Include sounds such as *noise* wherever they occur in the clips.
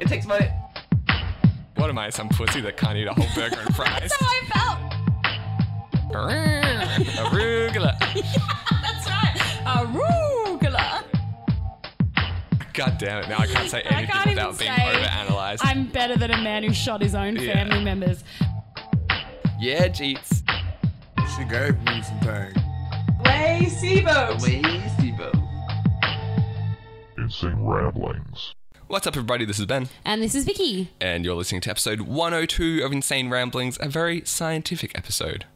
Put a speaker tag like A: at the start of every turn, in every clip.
A: It takes money.
B: What am I, some pussy that can't eat a whole burger and
C: *laughs*
B: fries?
C: That's how I felt.
B: Arugula.
C: Yeah, *laughs* that's right. Arugula.
B: God damn it! Now I can't say
C: I
B: anything
C: can't even
B: without being
C: say
B: overanalyzed.
C: I'm better than a man who shot his own
B: Yeah.
C: family members.
B: Yeah, Jeets.
D: She gave me some things.
A: Way SIBO. Way
E: Insane Ramblings.
B: What's up, everybody? This is Ben,
C: And this is Vicky.
B: and you're listening to episode 102 of Insane Ramblings, a very scientific episode.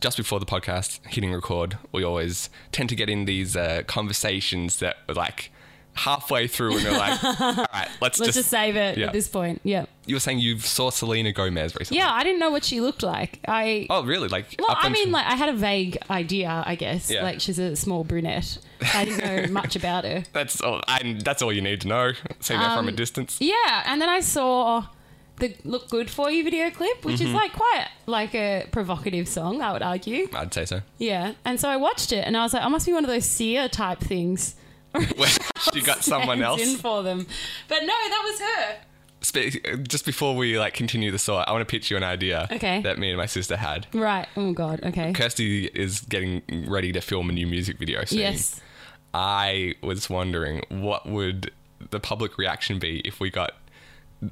B: Just before the podcast, hitting record, we always tend to get in these uh, conversations that are like halfway through, and they're
C: *laughs*
B: like, "All right, let's,
C: Let's just, save it
B: yeah.
C: at this point. Yeah.
B: You were saying you saw Selena Gomez recently.
C: Yeah, I didn't know what she looked like. I
B: Oh, really? Like,
C: Well,
B: up
C: I mean,
B: until-
C: like I had a vague idea, I guess.
B: Yeah.
C: Like she's a small brunette.
B: *laughs*
C: I didn't know much about her.
B: that's all. I, that's all you need to know. Seeing that from a
C: Um,
B: distance.
C: Yeah, and then I saw the "Look Good for You" video clip, which
B: Mm-hmm.
C: is like quite like a provocative song, I would argue.
B: I'd say *laughs* so.
C: Yeah, and so I watched it, and I was like, I must be one of those seer type things.
B: Where she got
C: *laughs*
B: someone
C: Stands
B: else.
C: in for them, but no, that was her.
B: Spe- just before we like continue the thought, I want to pitch you an idea
C: Okay.
B: that me and my sister had.
C: Right. Oh God. Okay.
B: Kirsty is getting ready to film a new music video soon.
C: Yes.
B: I was wondering what would the public reaction be if we got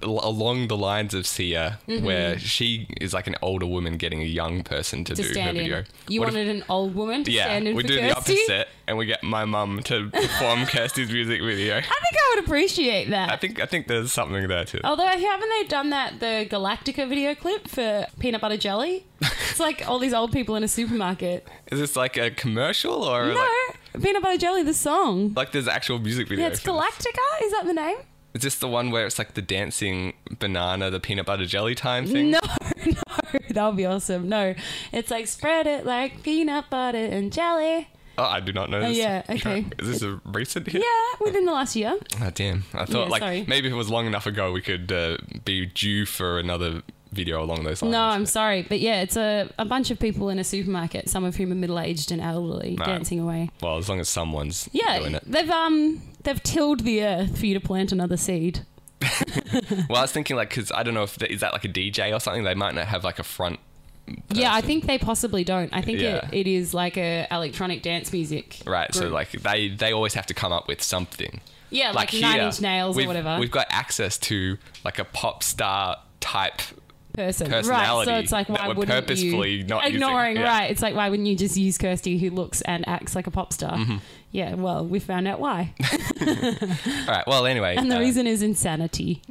B: l- along the lines of Sia,
C: Mm-hmm.
B: where she is like an older woman getting a young person to,
C: To
B: do her
C: stand
B: video.
C: in. You
B: What if-
C: wanted an old woman to
B: yeah,
C: stand in
B: we
C: for
B: do
C: Kirsty?
B: the opposite, and we get my mum to perform *laughs* Kirsty's music
C: *laughs*
B: video.
C: I think I would appreciate that.
B: I think I think there's something there too.
C: Although haven't they done that the Galactica video clip for peanut butter jelly?
B: *laughs*
C: It's like all these old people in a supermarket.
B: Is this like a commercial or
C: No,
B: like,
C: peanut butter jelly, the song.
B: like there's actual music video?
C: Yeah, it's
B: for this?
C: Galactica. Is that the name?
B: Is this the one where it's like the dancing banana, the peanut butter jelly time thing?
C: No, *laughs* no, that would be awesome. No, it's like spread it like peanut butter and jelly.
B: Oh, I do not know this.
C: yeah, okay.
B: track. *laughs* Is this a recent hit?
C: Yeah, within the last year.
B: Oh, damn. I thought
C: Yeah,
B: like
C: sorry.
B: maybe if it was long enough ago, we could uh, be due for another video along those lines.
C: No, I'm sorry, but yeah, it's a, a bunch of people in a supermarket, some of whom are middle aged and elderly,
B: Right.
C: dancing away.
B: Well, as long as someone's doing
C: Yeah,
B: it.
C: they've um they've tilled the earth for you to plant another seed.
B: Well, I was thinking like because I don't know if th- is that like a DJ or something. They might not have like a front.
C: Yeah, I
B: person.
C: think they possibly don't. I think
B: Yeah.
C: it, it is like a electronic dance music.
B: Right, so
C: group.
B: like they they always have to come up with something.
C: yeah, like,
B: Like, here,
C: Nine Inch Nails or
B: we've-
C: whatever
B: We've got access to like a pop star type
C: person, right?
B: personality
C: So it's like
B: that
C: why
B: we're
C: wouldn't
B: purposefully
C: you
B: not using,
C: ignoring?
B: yeah.
C: Right? It's like why wouldn't you just use Kirsty who looks and acts like a pop star?
B: Mm-hmm.
C: Yeah, well, we found
B: *laughs*
C: out why,
B: All right. Well, anyway,
C: and the
B: uh,
C: reason is insanity.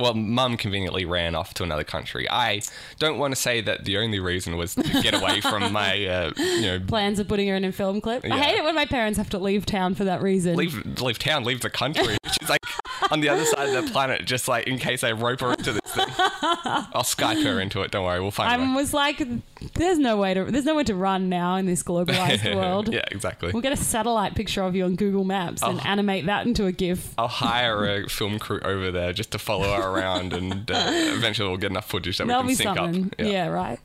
B: well, mum conveniently ran off to another country. I don't want to say that the only reason was to get
C: *laughs*
B: away from my, uh, you know,
C: Plans of putting her in a film clip. I
B: Yeah.
C: hate it when my parents have to leave town for that reason.
B: leave leave town, leave the
C: *laughs*
B: country. She's like on the other side of the planet, just like in case I rope her into this
C: *laughs*
B: thing. I'll Skype her into it. Don't worry, we'll find. a
C: I
B: way.
C: was like, there's no way to, there's nowhere to run now in this globalized
B: *laughs*
C: world.
B: yeah, exactly.
C: We'll get a satellite picture of you on Google Maps and
B: Oh.
C: animate that into a GIF.
B: I'll hire a film crew over there just to follow her around, and uh, eventually we'll get enough footage that
C: That'll
B: we
C: be
B: can sync
C: something.
B: up.
C: Yeah. right.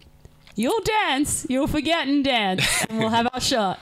C: You'll dance. You'll forget and dance.
B: *laughs*
C: And we'll have our shot.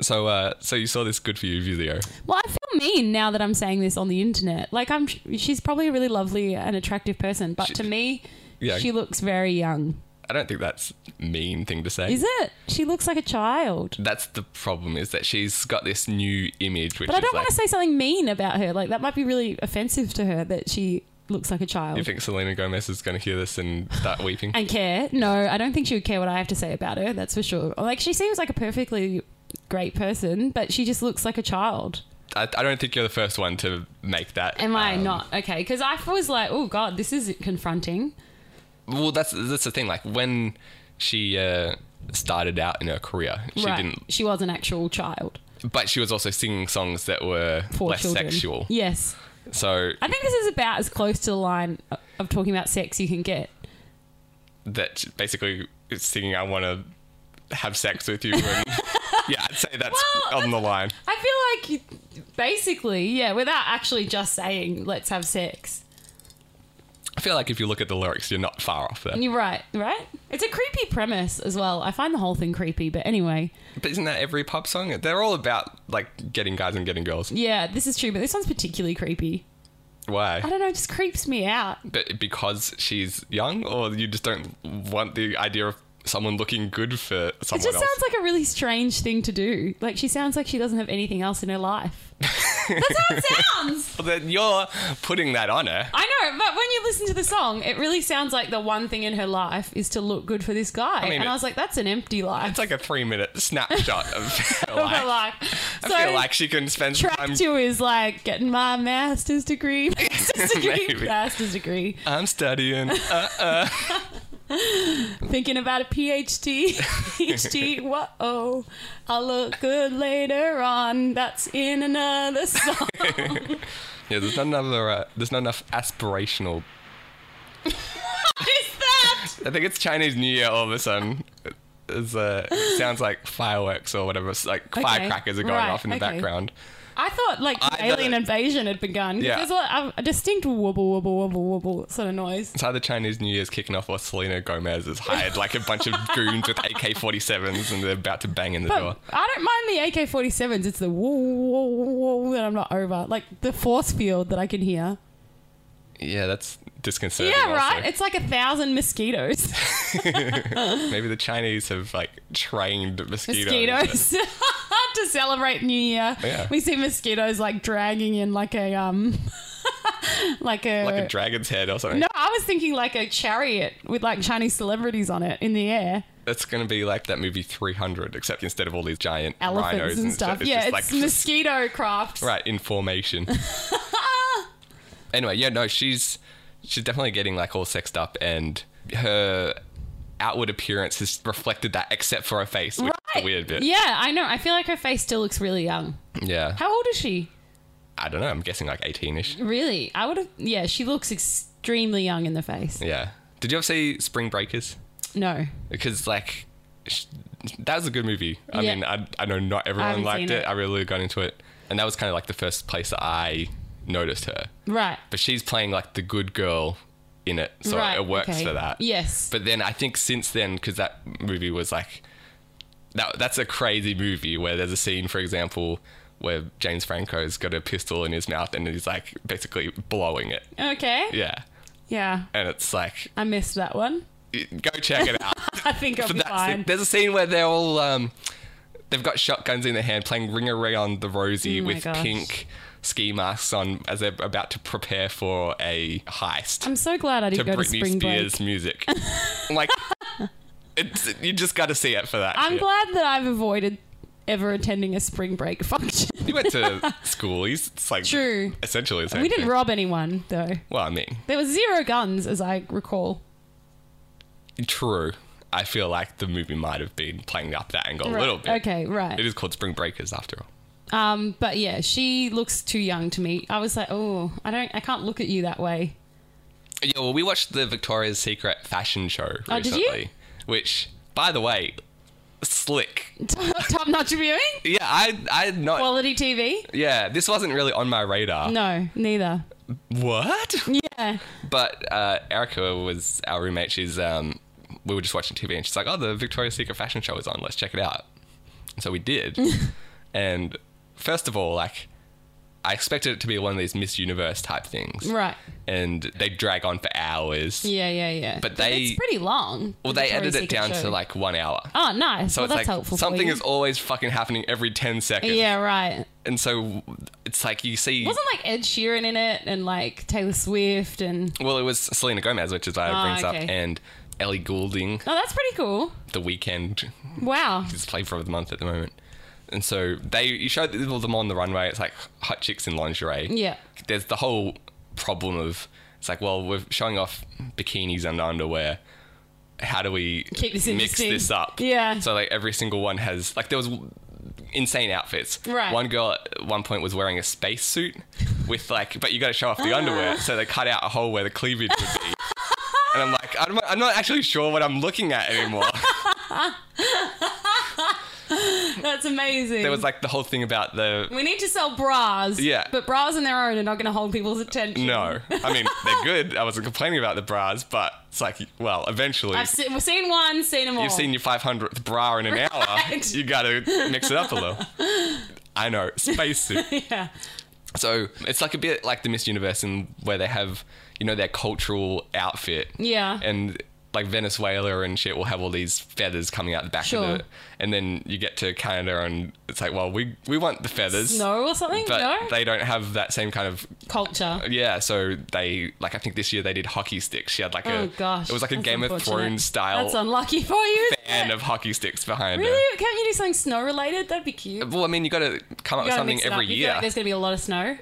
B: So, uh, so you saw this good for you video.
C: Well, I feel mean now that I'm saying this on the internet. Like I'm, she's probably a really lovely and attractive person, but to me,
B: Yeah.
C: she looks very young.
B: I don't think that's a mean thing to say.
C: Is it? She looks like a child.
B: That's the problem is that she's got this new image, which
C: But I
B: is
C: don't
B: like,
C: want to say something mean about her. Like that might be really offensive to her that she looks like a child.
B: you think Selena Gomez is going to hear this and start weeping?
C: and care. No, I don't think she would care what I have to say about her. That's for sure. Like she seems like a perfectly great person, but she just looks like a child.
B: I, I don't think you're the first one to make that.
C: Am I
B: um,
C: not okay? Because I was like, oh god, this is confronting.
B: Well, that's that's the thing. Like when she uh, started out in her career, she
C: right?
B: didn't,
C: She was an actual child
B: but she was also singing songs that were
C: for
B: less
C: children.
B: sexual.
C: Yes,
B: So
C: I think this is about as close to the line of talking about sex you can get.
B: that basically is singing, "I want to have sex with
C: *laughs*
B: you." And, yeah, I'd say that's
C: Well,
B: on the line.
C: I feel like, you- basically, yeah, without actually just saying "let's have sex."
B: I feel like if you look at the lyrics, you're not far off there.
C: You're right, right? It's a creepy premise as well. I find the whole thing creepy, but anyway.
B: But isn't that every pop song? They're all about like getting guys and getting girls.
C: Yeah, this is true, but this one's particularly creepy. I
B: Why?
C: don't know, it just creeps me out.
B: But because she's young, or you just don't want the idea of someone looking good for someone
C: It
B: else?
C: just sounds like a really strange thing to do. Like she sounds like she doesn't have anything else in her
B: *laughs*
C: life. That's how it sounds.
B: Well, then you're putting that on her.
C: I know, but when you listen to the song, it really sounds like the one thing in her life is to look good for this guy.
B: mean,
C: and
B: it-
C: I was like, that's an empty life.
B: It's like a three minute snapshot of
C: *laughs*
B: her
C: of *laughs* her
B: life.
C: life.
B: I
C: so
B: feel like she can spend some
C: track
B: time.
C: two is like getting my
B: *laughs*
C: master's degree, master's degree,
B: Maybe.
C: master's degree.
B: I'm
C: *laughs*
B: studying. Uh,
C: Thinking about
B: *laughs*
C: a PhD, PhD. Whoa, I'll look good later on. That's in
B: *laughs*
C: another song.
B: yeah, there's not another. Uh, there's not enough aspirational.
C: What is that?
B: I think it's Chinese New Year all of a sudden. It's, uh, sounds like fireworks or whatever. It's like
C: Okay,
B: firecrackers are going
C: right,
B: off in the
C: okay.
B: background.
C: I thought like the
B: I-
C: alien invasion had begun. 'cause
B: Yeah.
C: There's a, a- a distinct wobble, wobble, wobble, wobble sort of noise.
B: It's either Chinese New Year's kicking off or Selena Gomez has hired like a bunch of goons with AK 47s and they're about to bang in the door.
C: But I don't mind the AK 47s. It's the woo, woo, woo, woo that I'm not over. Like the force field that I can hear.
B: Yeah, that's disconcerting.
C: Yeah,
B: also.
C: right. *laughs* It's like a thousand mosquitoes.
B: *laughs* Maybe the Chinese have like trained mosquitoes.
C: mosquitoes *laughs* to celebrate New Year.
B: Yeah.
C: We see mosquitoes like dragging in like a um, *laughs* like a.
B: Like a dragon's head or something.
C: no, I was thinking like a chariot with like Chinese celebrities on it in the air,
B: That's going to be like that movie 300, except instead of all these giant rhinos
C: elephants and stuff.
B: it's
C: yeah,
B: just
C: it's
B: like *laughs*
C: mosquito crafts.
B: right in
C: *laughs*
B: formation. anyway, yeah, no, she's she's definitely getting like all sexed up, and her outward appearance has reflected that, except for her face, which is
C: Right.
B: the weird bit.
C: Yeah, I know. I feel like her face still looks really young.
B: Yeah.
C: How Mm-hmm. old is she?
B: I don't know. I'm guessing like 18ish.
C: Really? I would have. Yeah, she looks extremely young in the face.
B: Yeah. Did you ever see Spring Breakers?
C: No.
B: because like sh- that was a good movie. I
C: Yeah.
B: mean, I, I know not everyone
C: haven't
B: liked
C: seen
B: it.
C: it.
B: I really got into it, and that was kind of like the first place that I noticed her.
C: Right.
B: But she's playing like the good girl in it, so
C: right.
B: it works
C: okay.
B: for that.
C: Yes.
B: But then I think since then, because that movie was like that, that's a crazy movie where there's a scene, for example. Where James Franco's got a pistol in his mouth and he's like basically blowing it.
C: okay.
B: Yeah.
C: yeah.
B: And it's like,
C: I missed that one. *laughs*
B: go check it out.
C: I think I'll
B: But
C: be
B: that's
C: fine.
B: it. There's a scene where they're all um, they've got shotguns in their hand, playing Ring Around the Rosie
C: Oh my
B: with
C: gosh.
B: pink ski masks on as they're about to prepare for a heist
C: I'm so glad I
B: to
C: didn't go to
B: Britney
C: spring break.
B: Spears
C: *laughs*
B: music. like, it's, you just got to see it for that.
C: I'm
B: shit.
C: glad that I've avoided ever attending a spring break *laughs* function.
B: you went to school. He's it's like
C: True.
B: essentially the same.
C: we didn't
B: thing.
C: rob anyone though.
B: well, I mean,
C: There was zero guns, as I recall.
B: true. I feel like the movie might have been playing up that angle a little bit.
C: Okay, right.
B: It is called Spring Breakers after all.
C: Um, but yeah, she looks too young to me. I was like, oh, I don't, I can't look at you that way. *laughs*
B: Yeah, well, we watched the Victoria's Secret fashion show recently,
C: Oh, did you?
B: which, by the way, slick.
C: Top notch viewing,
B: *laughs* Yeah, I, I not.
C: quality TV.
B: yeah, this wasn't really on my radar.
C: No, neither.
B: What?
C: Uh, Yeah,
B: But uh, Erica was our roommate. She's um, we were just watching TV, and she's like, "Oh, the Victoria's Secret fashion show is on. Let's check it out." And so we
C: *laughs*
B: did. and first of all, like, I expected it to be one of these Miss Universe type things,
C: right.
B: and they drag on for hours.
C: Yeah, yeah, yeah.
B: But they-
C: it's pretty long.
B: Well,
C: the
B: they
C: Victoria's
B: edited it
C: Secret
B: down
C: show.
B: to like one hour.
C: Oh, nice.
B: So
C: well,
B: it's like
C: that's helpful. for
B: something
C: you.
B: is always fucking happening every 10 seconds.
C: Yeah, right.
B: And so it's like you see.
C: Wasn't like Ed Sheeran in it and like Taylor Swift and
B: well, it was Selena Gomez, which is why it
C: Ah,
B: brings up,
C: okay.
B: and Ellie Goulding,
C: oh, that's pretty cool.
B: The Weekend,
C: Wow.
B: his flavor of the month at the moment. And so they you show them on the runway. It's like hot chicks in lingerie.
C: Yeah.
B: There's the whole problem of it's like, well, we're showing off bikinis and underwear. How do we
C: Keep this
B: mix
C: interesting.
B: this up?
C: Yeah.
B: So like every single one has like there was insane outfits.
C: Right.
B: One girl at one point was wearing a space suit with like, but you got to show off the
C: Ah.
B: underwear. So they cut out a hole where the cleavage would be. and I'm like, I'm, I'm not actually sure what I'm looking at
C: *laughs*
B: anymore.
C: That's amazing.
B: there was like the whole thing about the
C: we need to sell bras.
B: Yeah.
C: But bras on their own are not going to hold people's attention.
B: No, I mean they're good. I wasn't complaining about the bras, but it's like, well, eventually
C: I've se- we've seen one, seen them all.
B: you've seen your 500th bra in an hour.
C: Right.
B: You got to mix it up a little. I know, spacesuit.
C: *laughs* yeah.
B: So it's like a bit like the Miss Universe, in where they have you know their cultural outfit.
C: Yeah.
B: And like Venezuela and shit will have all these feathers coming out the back
C: Sure.
B: of it, and then you get to Canada and it's like, well, we we want the feathers.
C: Snow or something?
B: But
C: no?
B: they don't have that same kind of
C: Culture.
B: yeah, so they like I think this year they did hockey sticks. She had like a
C: Oh, gosh.
B: it was like a
C: that's
B: Game of
C: unfortunate.
B: Thrones style
C: That's unlucky for you. isn't
B: fan
C: it?
B: of hockey sticks behind
C: Really? Can't you do something snow related? That'd be cute.
B: her. Well, I mean, you got to come up
C: You
B: with
C: gotta
B: Uh, something
C: mix it
B: every
C: up. You feel
B: year.
C: like there's going to be a lot of snow.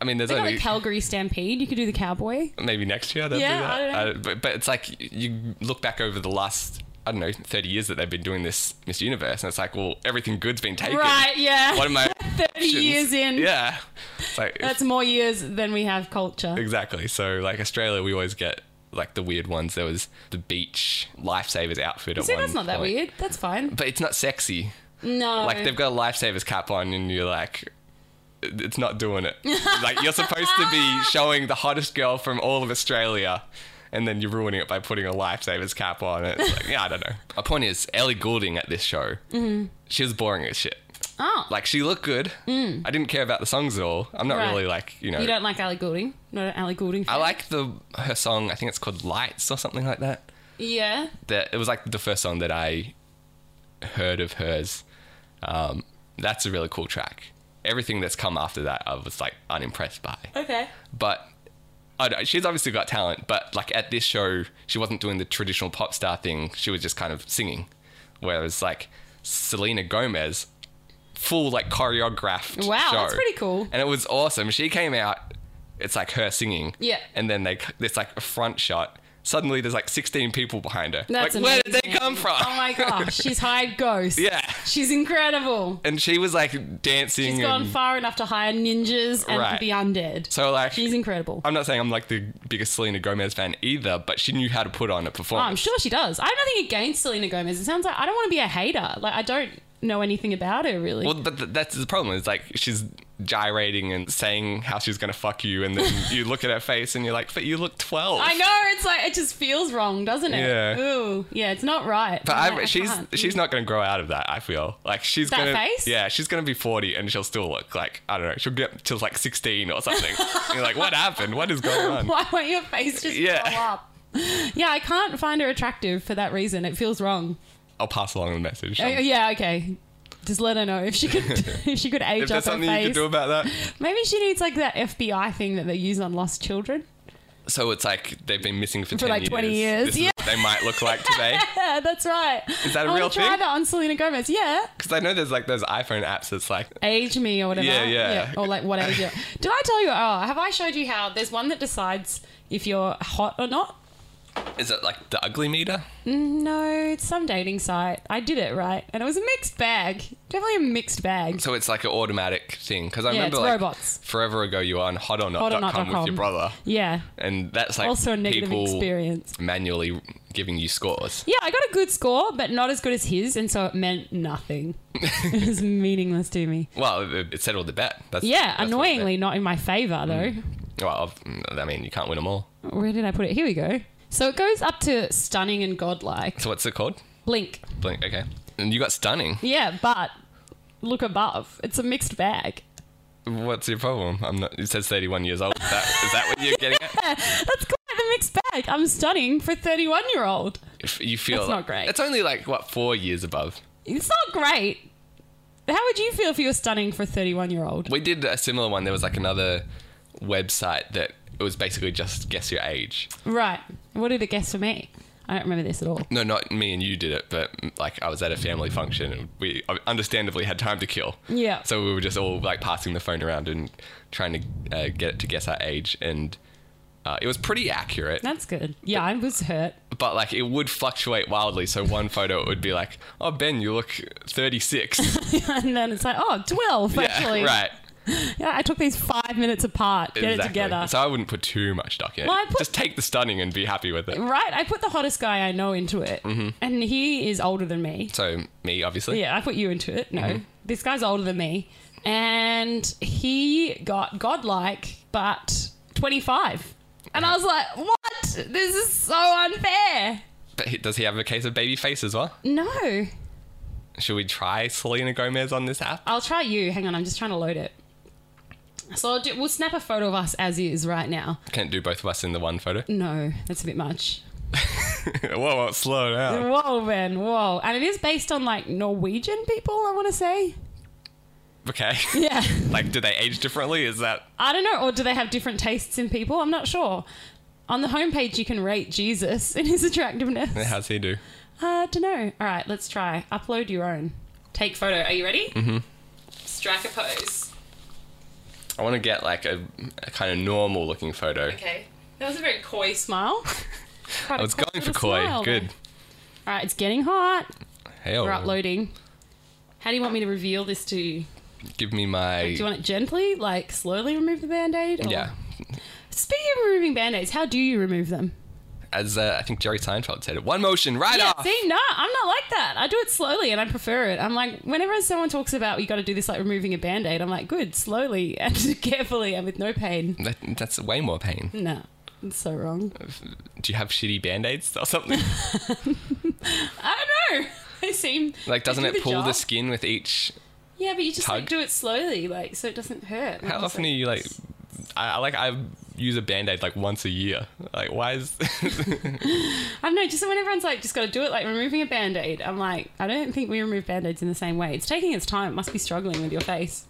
B: I mean, there's
C: They got
B: only
C: the Calgary Stampede. You could do the cowboy.
B: maybe next year. They'll
C: Yeah,
B: do that.
C: I don't
B: Uh, but, but it's like you look back over the last I don't know 30 years that they've been doing this Miss Universe, and it's like, well, everything good's been taken.
C: Right, yeah.
B: What am I?
C: 30 years in.
B: Yeah. It's like
C: *laughs* That's more years than we have culture.
B: Exactly. So like Australia, we always get like the weird ones. There was the beach lifesavers outfit. At
C: See,
B: one
C: that's not that
B: point.
C: weird. That's fine.
B: But it's not sexy.
C: No.
B: Like they've got a lifesavers cap on, and you're like, it's not doing *laughs* it. like you're supposed to be showing the hottest girl from all of Australia. And then you're ruining it by putting a lifesavers cap on. It's like, yeah, I don't know. *laughs* Mm-hmm. My point is, Ellie Goulding at this show, she was boring as shit.
C: Oh.
B: Like, she looked good. I didn't care about the songs at all. I'm not
C: Right.
B: really like, Mm. you know.
C: you don't like Ali Goulding? Not an Ali Goulding fan?
B: I like the her song. I think it's called Lights or something like that.
C: Yeah.
B: That it was like the first song that I heard of hers. Um, that's a really cool track. Everything that's come after that, I was like unimpressed by.
C: Okay.
B: But I don't, she's obviously got talent. But like at this show, she wasn't doing the traditional pop star thing. She was just kind of singing. Whereas like Selena Gomez, full like choreographed.
C: Wow,
B: show.
C: that's pretty cool.
B: And it was awesome. She came out. It's like her singing.
C: Yeah.
B: And then they there's like a front shot. Suddenly there's like 16 people behind her. like,
C: That's amazing.
B: where did they come from?
C: Oh my gosh. She's hired ghosts.
B: Yeah.
C: She's incredible.
B: *laughs* And she was like dancing.
C: She's gone
B: and-
C: far enough to hire ninjas and
B: Right.
C: be undead.
B: So like
C: She's incredible.
B: I'm not saying I'm like the biggest Selena Gomez fan either, but she knew how to put on a
C: Oh,
B: performance.
C: I'm sure she does. I have nothing against Selena Gomez. It sounds like I don't want to be a hater. Like I don't know anything about her really.
B: Well, but th- that's the problem. It's like she's gyrating and saying how she's gonna fuck you, and then you look at her face and you're like, "But you look 12.
C: I know it's like it just feels wrong, doesn't it?
B: Yeah.
C: Ooh, yeah, it's not right.
B: But
C: No,
B: I, she's
C: can't.
B: she's not gonna grow out of that. I feel like she's
C: That
B: gonna
C: face?
B: yeah, she's gonna be 40 and she'll still look like I don't know. She'll get to like 16 or
C: *laughs*
B: something. And you're like, what happened? What is going on?
C: *laughs* Why won't your face just
B: Yeah.
C: blow up? Yeah, I can't find her attractive for that reason. It feels wrong.
B: I'll pass along the message.
C: Uh, yeah, okay. Just let her know
B: *laughs*
C: if she could *laughs* if she could
B: if
C: age up
B: there's
C: her
B: something you
C: face.
B: could do about that.
C: Maybe she needs like that FBI thing that they use on lost children. *laughs*
B: So it's like they've been missing for, 10
C: For like 20 years.
B: This is
C: Yeah.
B: what they might look like
C: *laughs*
B: today.
C: Yeah, that's right.
B: Is that a
C: I wanna
B: real
C: try
B: thing?
C: that on Selena Gomez. Yeah.
B: Because I know there's like those iPhone apps that's like
C: age me or whatever.
B: Yeah, yeah.
C: Or like what
B: *laughs*
C: age? You're. Did I tell you? Oh, have I showed you how? There's one that decides if you're hot or not.
B: is it like the ugly meter?
C: No, it's some dating site. I did it right, and it was a mixed bag. Definitely a mixed bag.
B: So it's like an automatic thing. Because I
C: Yeah,
B: remember
C: it's
B: like
C: robots.
B: forever ago you were on
C: Hotornot.com.
B: hotornot.com with your brother.
C: Yeah.
B: And that's like
C: Also a negative
B: people
C: experience.
B: manually giving you scores.
C: Yeah, I got a good score, but not as good as his, and so it
B: *laughs*
C: meant nothing. it was meaningless to me.
B: Well, it, it settled the bet. That's,
C: Yeah,
B: that's what it
C: annoyingly
B: meant. Mm.
C: not in my favor though.
B: Well, I've- mm, I mean, you can't win them all.
C: Where did I put it? Here we go. So it goes up to stunning and godlike.
B: So what's it called?
C: Blink.
B: Blink. Okay. And you got stunning.
C: Yeah, but look above. It's a mixed bag. *laughs*
B: What's your problem? I'm not. It says 31 years old. Is that, is that what you're getting
C: *laughs*
B: at?
C: That's quite the mixed bag. I'm stunning for a 31 year old.
B: If You feel
C: That's not great.
B: It's only like what four years above.
C: It's not great. How would you feel if you were stunning for a 31 year old?
B: We did a similar one. There was like another website that it was basically just guess your age.
C: Right. What did it guess for me? I don't remember this at all.
B: No, not me and you did it, but like I was at a family function and we uh, understandably had time to kill.
C: Yeah.
B: So we were just all like passing the phone around and trying to uh, get it to guess our age, and uh, it was pretty accurate.
C: That's good. Yeah, I was hurt. *laughs*
B: But like it would fluctuate wildly. So one photo it would be like, "Oh Ben, you look
C: *laughs*
B: 36."
C: and then it's like, oh, 12 actually.
B: yeah, right.
C: Yeah, I took these five minutes apart. Get it
B: exactly.
C: together.
B: So I wouldn't put too much stock in it.
C: Well, I put-
B: Just take the stunning and be happy with it.
C: right. I put the hottest guy I know into it.
B: Mm-hmm.
C: And he is older than me.
B: So me, obviously.
C: Yeah, I put you into it. No, this guy's older than me, and he got godlike, but twenty five, and I was like, "What? This is so unfair."
B: But he- does he have a case of baby face as well?
C: No,
B: Should we try Selena Gomez on this app?
C: I'll try you. Hang on, I'm just trying to load it. So I'll do, we'll snap a photo of us as is right now.
B: Can't do both of us in the one photo.
C: No, that's a bit much.
B: *laughs* whoa, whoa, slow down.
C: Whoa, man, whoa. And it is based on like Norwegian people, I want to say.
B: Okay.
C: Yeah.
B: *laughs* like, do they age differently? Is that
C: I don't know, or do they have different tastes in people? I'm not sure. On the homepage, you can rate Jesus *laughs* and his attractiveness.
B: how's he do?
C: I don't know. All right, let's try. Upload your own. Take photo. Are you ready? Mm-hmm. Strike a pose.
B: I want to get like a, a kind of normal looking photo.
C: Okay. That was a very
B: *laughs*
C: coy smile.
B: I was going for Koi. Good.
C: All right, it's getting hot.
B: Hell.
C: We're uploading. How do you want me to reveal this to you?
B: Give me my.
C: Do you want it gently, like slowly remove the band aid?
B: yeah.
C: Speaking of removing band aids, how do you remove them?
B: As uh, I think Jerry Seinfeld said it. One motion, right
C: Yeah,
B: off.
C: see, no, I'm not like that. I do it slowly and I prefer it. I'm like, whenever someone talks about you got to do this like removing a band aid, I'm like, good, slowly and *laughs* carefully and with no pain.
B: That, that's way more pain.
C: No, it's so wrong.
B: Do you have shitty band aids or
C: *laughs*
B: something?
C: I don't know. *laughs* They seem
B: like, doesn't
C: they do
B: it pull
C: job.
B: the skin with each?
C: Yeah, but you just like
B: tug?
C: do it slowly, like so it doesn't hurt.
B: How often are you like? I, I like I use a band aid like once a year. Like, why
C: *laughs*
B: is? *laughs*
C: I don't know. Just when everyone's like, just got to do it, like removing a band aid. I'm like, I don't think we remove band aids in the same way. It's taking its time. It must be struggling with your face.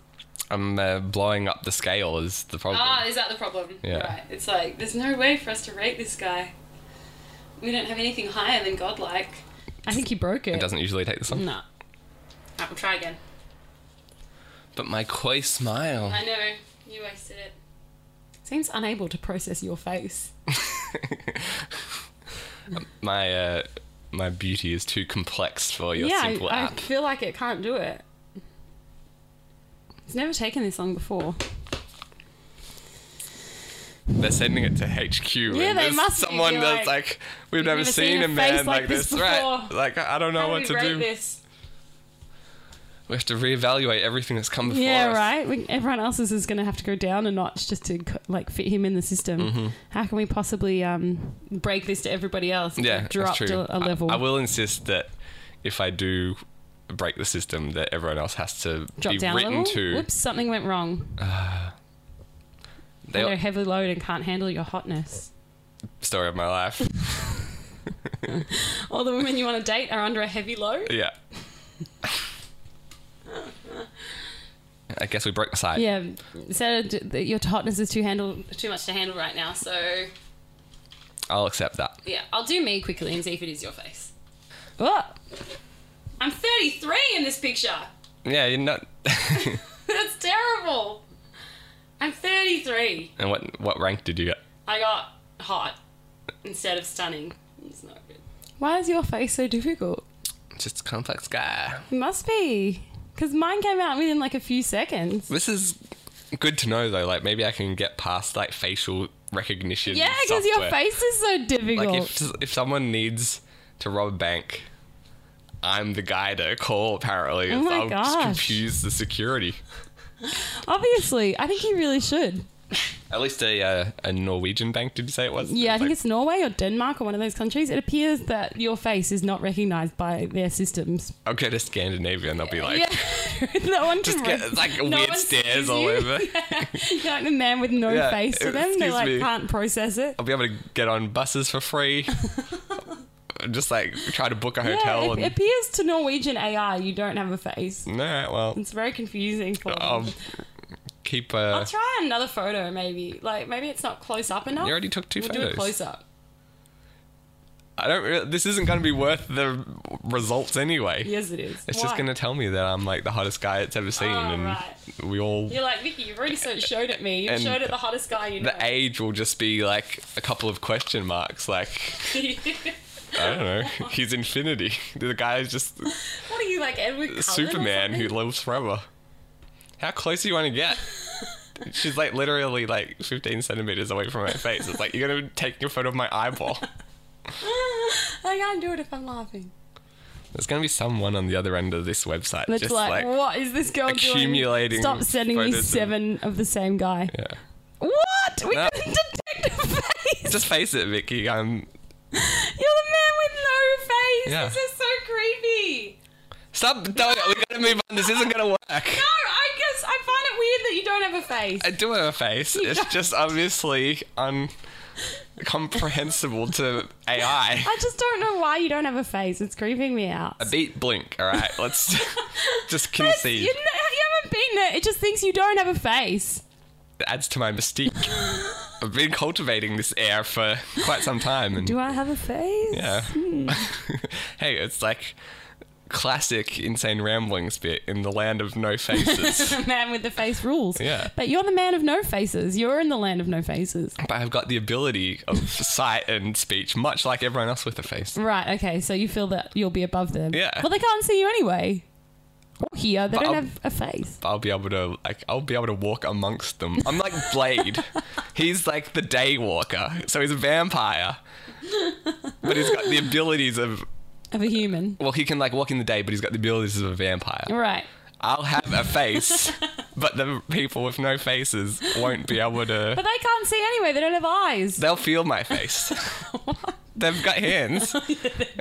B: I'm uh, blowing up the scale is the problem.
C: Ah, is that the problem?
B: Yeah.
C: Right. It's like there's no way for us to rate this guy. We don't have anything higher than godlike. I think he broke it.
B: it doesn't usually take this long.
C: No. Alright, we'll try again.
B: But my coy smile.
C: I know you wasted it. Seems unable to process your face.
B: *laughs* my uh, my beauty is too complex for your
C: yeah,
B: simple
C: I, I
B: app.
C: feel like it can't do it. It's never taken this long before.
B: They're sending it to HQ.
C: Yeah,
B: and
C: they
B: there's
C: must be,
B: Someone
C: be
B: that's
C: like,
B: like, we've never,
C: never
B: seen,
C: seen
B: a
C: a
B: man
C: face
B: like,
C: like
B: this,
C: this
B: right?
C: before.
B: Like, I I don't know
C: How
B: what
C: do
B: to
C: we rate
B: do.
C: this?
B: We have to reevaluate everything that's come before
C: Yeah,
B: us.
C: right. We, everyone else's is going to have to go down a notch just to co- like fit him in the system.
B: Mm-hmm.
C: How can we possibly um, break this to everybody else? if
B: Yeah,
C: we've
B: that's
C: dropped
B: true.
C: a, a level.
B: I, I will insist that if I do break the system, that everyone else has to
C: drop
B: be
C: down a
B: written
C: level.
B: to.
C: Whoops, something went wrong.
B: They
C: They're heavily loaded and can't handle your hotness.
B: story of my life.
C: All the women you want to date are under a heavy load.
B: yeah. I guess we broke the side.
C: Yeah, so d- th- your hotness is too handle too much to handle right now. So
B: I'll accept that.
C: yeah, I'll do me quickly and see if it is your face. What? I'm 33 in this picture.
B: Yeah, you're not.
C: *laughs* That's terrible. I'm 33.
B: *laughs* and what what rank did you get?
C: I got hot instead of stunning. It's not good. Why is your face so difficult?
B: Just a complex guy.
C: It must be. Because mine came out within like a few seconds.
B: This is good to know though. Like maybe I can get past like facial recognition.
C: Yeah, because your
B: software.
C: face is so difficult.
B: Like if if someone needs to rob a bank, I'm the guy to call. Apparently,
C: Oh my
B: I'll just
C: gosh.
B: confuse the security.
C: Obviously, I think you really should.
B: At least a uh, a Norwegian bank. Did you say it was?
C: Yeah, I think
B: Like,
C: it's Norway or Denmark or one of those countries. It appears that your face is not recognized by their systems.
B: I'll go to Scandinavia and they'll be like,
C: Yeah, *laughs* no one can
B: just get it's like
C: no
B: weird
C: one
B: stares
C: sees
B: all
C: you. *laughs*
B: over.
C: You're like the man with no
B: Yeah,
C: face to them. They
B: excuse
C: like
B: me.
C: can't process it.
B: I'll be able to get on buses for
C: *laughs*
B: free. just like try to book a hotel
C: Yeah, it
B: and.
C: appears to Norwegian AI you don't have a face.
B: all right, well,
C: It's very confusing for them.
B: I'll keep. Uh,
C: I'll try another photo maybe. Like maybe it's not close up enough.
B: You already took two
C: we'll do
B: photos.
C: it close up.
B: I don't. Re- this isn't going to be worth the results anyway.
C: Yes, it is.
B: It's just
C: Why?
B: going to tell me that I'm like the hottest guy it's ever seen,
C: Oh,
B: and
C: right.
B: we all
C: You're like Vicky. You've already so showed it me. You've
B: And
C: showed it the hottest guy you know.
B: the age will just be like a couple of question marks. Like I don't know, he's infinity. The guy is just
C: *laughs* what are you like, Edward? Cullen or
B: Superman who
C: something? *laughs*
B: lives forever. How close do you want to get? She's like literally like 15 centimeters away from my face. It's like you're gonna be taking a photo of my eyeball.
C: I can't do it if I'm laughing.
B: There's gonna be someone on the other end of this website
C: That's
B: just
C: like,
B: like,
C: what is this girl
B: accumulating
C: doing? Stop sending me
B: photos of-
C: seven of the same guy.
B: yeah.
C: What? We
B: No.
C: couldn't detect a face.
B: Just face it, Vicky. Um, I'm
C: You're the man with no face.
B: Yeah.
C: This is so creepy.
B: Stop! No, we gotta move on. This isn't gonna work.
C: No, I guess I find it weird that you don't have a face.
B: I do have a face. It's just obviously uncomprehensible
C: *laughs*
B: to AI.
C: I just don't know why you don't have a face. It's creeping me out.
B: A beat blink. All right,
C: *laughs*
B: let's just
C: That's- You,
B: concede.
C: kn- you haven't beaten it. It just thinks you don't have a face.
B: It adds to my
C: *laughs*
B: mystique. I've been cultivating this air for quite some time, and
C: Do I have a face?
B: yeah. *laughs* hey, it's like classic insane ramblings bit in the land of no
C: *laughs*
B: faces.
C: *laughs* the man with the face rules.
B: Yeah.
C: But you're the man of no faces. You're in the land of no faces.
B: but I've got the ability of sight and speech, much like everyone else with a face.
C: Right, okay, so you feel that you'll be above them.
B: Yeah.
C: Well, they can't see you anyway. Or hear. They
B: But
C: don't
B: I'll-
C: have a face.
B: I'll be able to like I'll be able to walk amongst them. I'm like Blade. he's like the day walker. So he's a vampire. But he's got the abilities of
C: Of a human.
B: well, he can like walk in the day, but he's got the abilities of a vampire.
C: Right.
B: I'll have a
C: *laughs*
B: face, but the people with no faces won't be able
C: But
B: to
C: they can't see anyway. They don't have eyes.
B: they'll feel my face. *laughs* They've got *laughs* hands.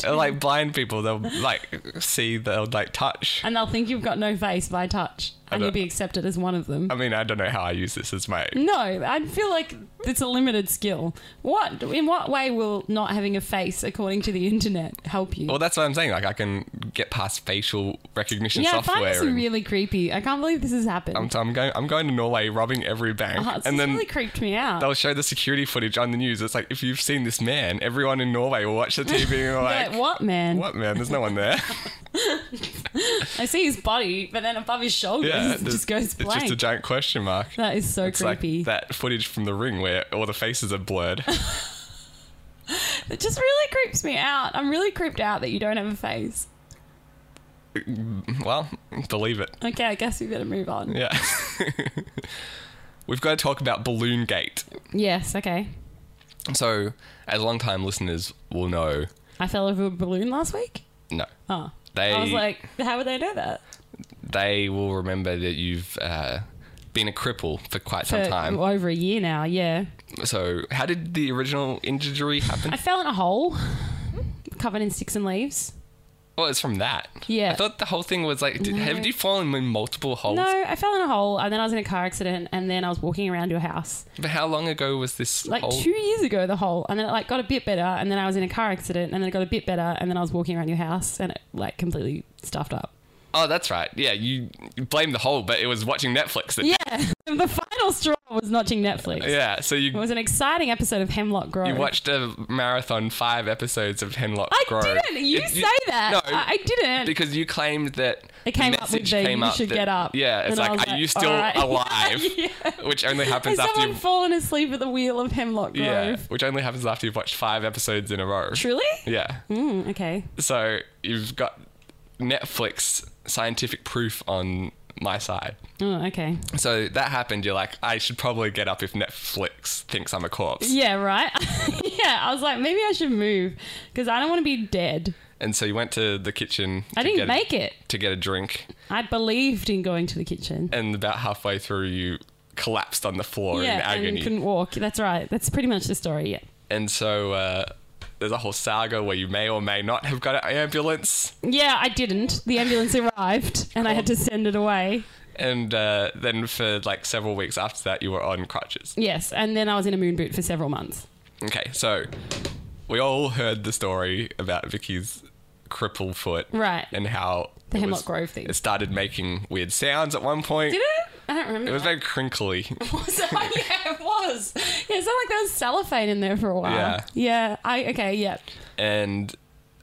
B: They're like blind people, they'll like see, they'll like touch.
C: *laughs* and they'll think you've got no face by touch. And
B: don't-
C: you'll be accepted as one of them.
B: I mean, I don't know how I use this as my
C: no, I feel like it's a limited skill. What in what way will not having a face, according to the internet, help you?
B: Well, that's what I'm saying. Like, I can get past facial recognition
C: yeah, I
B: software.
C: find this
B: and
C: really creepy. I can't believe this has happened.
B: I'm, I'm going. I'm going to Norway, robbing every bank,
C: Oh, it's
B: and
C: just
B: then
C: really creeped me out.
B: they'll show the security footage on the news. It's like if you've seen this man, everyone in Norway will watch the TV and are
C: *laughs* They're
B: like,
C: like, what man?
B: What man? There's no one
C: *laughs*
B: there.
C: I see his body, but then above his shoulders
B: yeah,
C: it
B: there's-
C: just goes
B: It's
C: blank.
B: just a giant question mark.
C: that is so
B: It's like
C: creepy.
B: that footage from The Ring where all the faces are
C: *laughs*
B: blurred.
C: It just really creeps me out. I'm really creeped out that you don't have a face.
B: well, believe it.
C: Okay, I guess we better move on.
B: Yeah. *laughs* We've got to talk about Balloon Gate.
C: Yes, okay.
B: So, as long-time listeners will know,
C: I fell over a balloon last week.
B: no,
C: Oh.
B: they
C: I was like, how would they know that?
B: they will remember that you've uh, been a cripple for quite some
C: For
B: time.
C: over a year now, yeah.
B: So, how did the original injury happen?
C: I fell in a hole covered in sticks and leaves.
B: well, it's from that.
C: Yeah.
B: I thought the whole thing was like, did, have you fallen in multiple holes?
C: No, I fell in a hole and then I was in a car accident and then I was walking around to a house.
B: But how long ago was this?
C: like
B: hole?
C: two years ago the whole and then it like got a bit better and then i was in a car accident and then it got a bit better and then i was walking around your house and it like completely stuffed up
B: Oh, that's right. Yeah, you blame the hole, but it was watching Netflix. That,
C: yeah *laughs* the final straw was watching netflix
B: Yeah, So
C: it
B: you
C: was an exciting episode of hemlock grove
B: you watched a marathon five episodes of Henlock
C: i
B: Grove.
C: didn't you
B: It-
C: say that
B: No,
C: I, I didn't
B: because you claimed that
C: It came
B: the
C: up with
B: message
C: the,
B: came
C: "You
B: up
C: should
B: that-
C: get up."
B: Yeah, it's
C: And I
B: like,
C: was
B: are
C: like,
B: you still
C: "All right." *laughs*
B: alive?
C: Yeah.
B: Which only
C: has
B: happens after
C: someone
B: you've
C: fallen asleep at the wheel of hemlock grove
B: yeah, which only happens after you've watched five episodes in a row.
C: truly
B: Yeah,
C: Mm, okay
B: so you've got Netflix scientific proof on my side.
C: oh, okay
B: So that happened. You're like, I should probably get up if Netflix thinks I'm a corpse.
C: yeah right *laughs* yeah i was like maybe i should move because i don't want to be dead
B: And so you went to the kitchen.
C: i
B: to
C: didn't
B: get a-
C: make it
B: to get a drink,
C: I believed in going to the kitchen.
B: and about halfway through you collapsed on the floor in
C: yeah,
B: agony.
C: and couldn't walk. That's right. That's pretty much the story. Yeah.
B: And so uh, there's a whole saga where you may or may not have got an ambulance.
C: Yeah, I didn't. The ambulance arrived and I had to send it away.
B: And uh, then for like several weeks after that, you were on crutches.
C: Yes, and then I was in a moon boot for several months.
B: Okay, so we all heard the story about Vicky's crippled foot.
C: Right.
B: And how
C: The
B: it
C: Hemlock
B: was-
C: Grove thing.
B: It started making weird sounds at one point.
C: Did it? I don't remember.
B: It was very crinkly.
C: *laughs* Was it? Oh, yeah, it was. Yeah, it sounded like there was cellophane in there for a while.
B: Yeah.
C: Yeah. I okay. Yeah.
B: and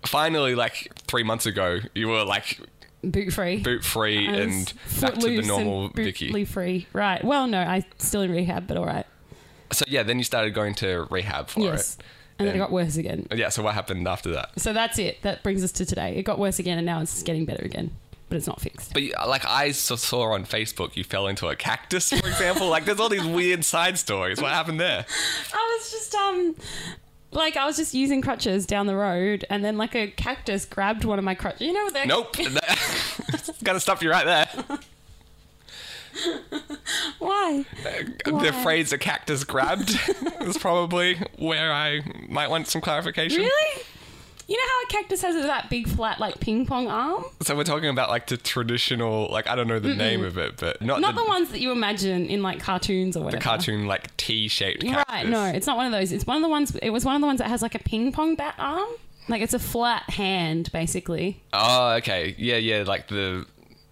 B: finally, like three months ago, you were like
C: Boot free.
B: boot free
C: I was
B: and back to the
C: footloose and
B: normal Vicky.
C: bootly free. Right. Well, no, I still in rehab, but all right.
B: So yeah, then you started going to rehab for
C: yes.
B: it.
C: And then it
B: Then-
C: got worse again.
B: Yeah, so what happened after that?
C: So that's it. That brings us to today. It got worse again, and now it's getting better again, but it's not fixed.
B: But you- like I saw- saw on Facebook, you fell into a cactus, for example. like there's all these weird side stories. What happened there?
C: I was just um, like I was just using crutches down the road, and then like a cactus grabbed one of my crutches. You know that? *laughs*
B: Nope. *laughs* Gotta stop you right there.
C: Why?
B: The
C: Why?
B: phrase "a *laughs* cactus grabbed" is probably where I might want some clarification.
C: Really? You know how a cactus has that big flat like ping pong arm?
B: So we're talking about like the traditional, like I don't know the name of it, but not,
C: Not
B: the,
C: the ones that you imagine in like cartoons or whatever.
B: the cartoon like T-shaped cactus.
C: Right, no, it's not one of those. It's one of the ones. It was one of the ones that has like a ping pong bat arm. Like it's a flat hand, basically.
B: Oh, okay. Yeah, yeah. Like the,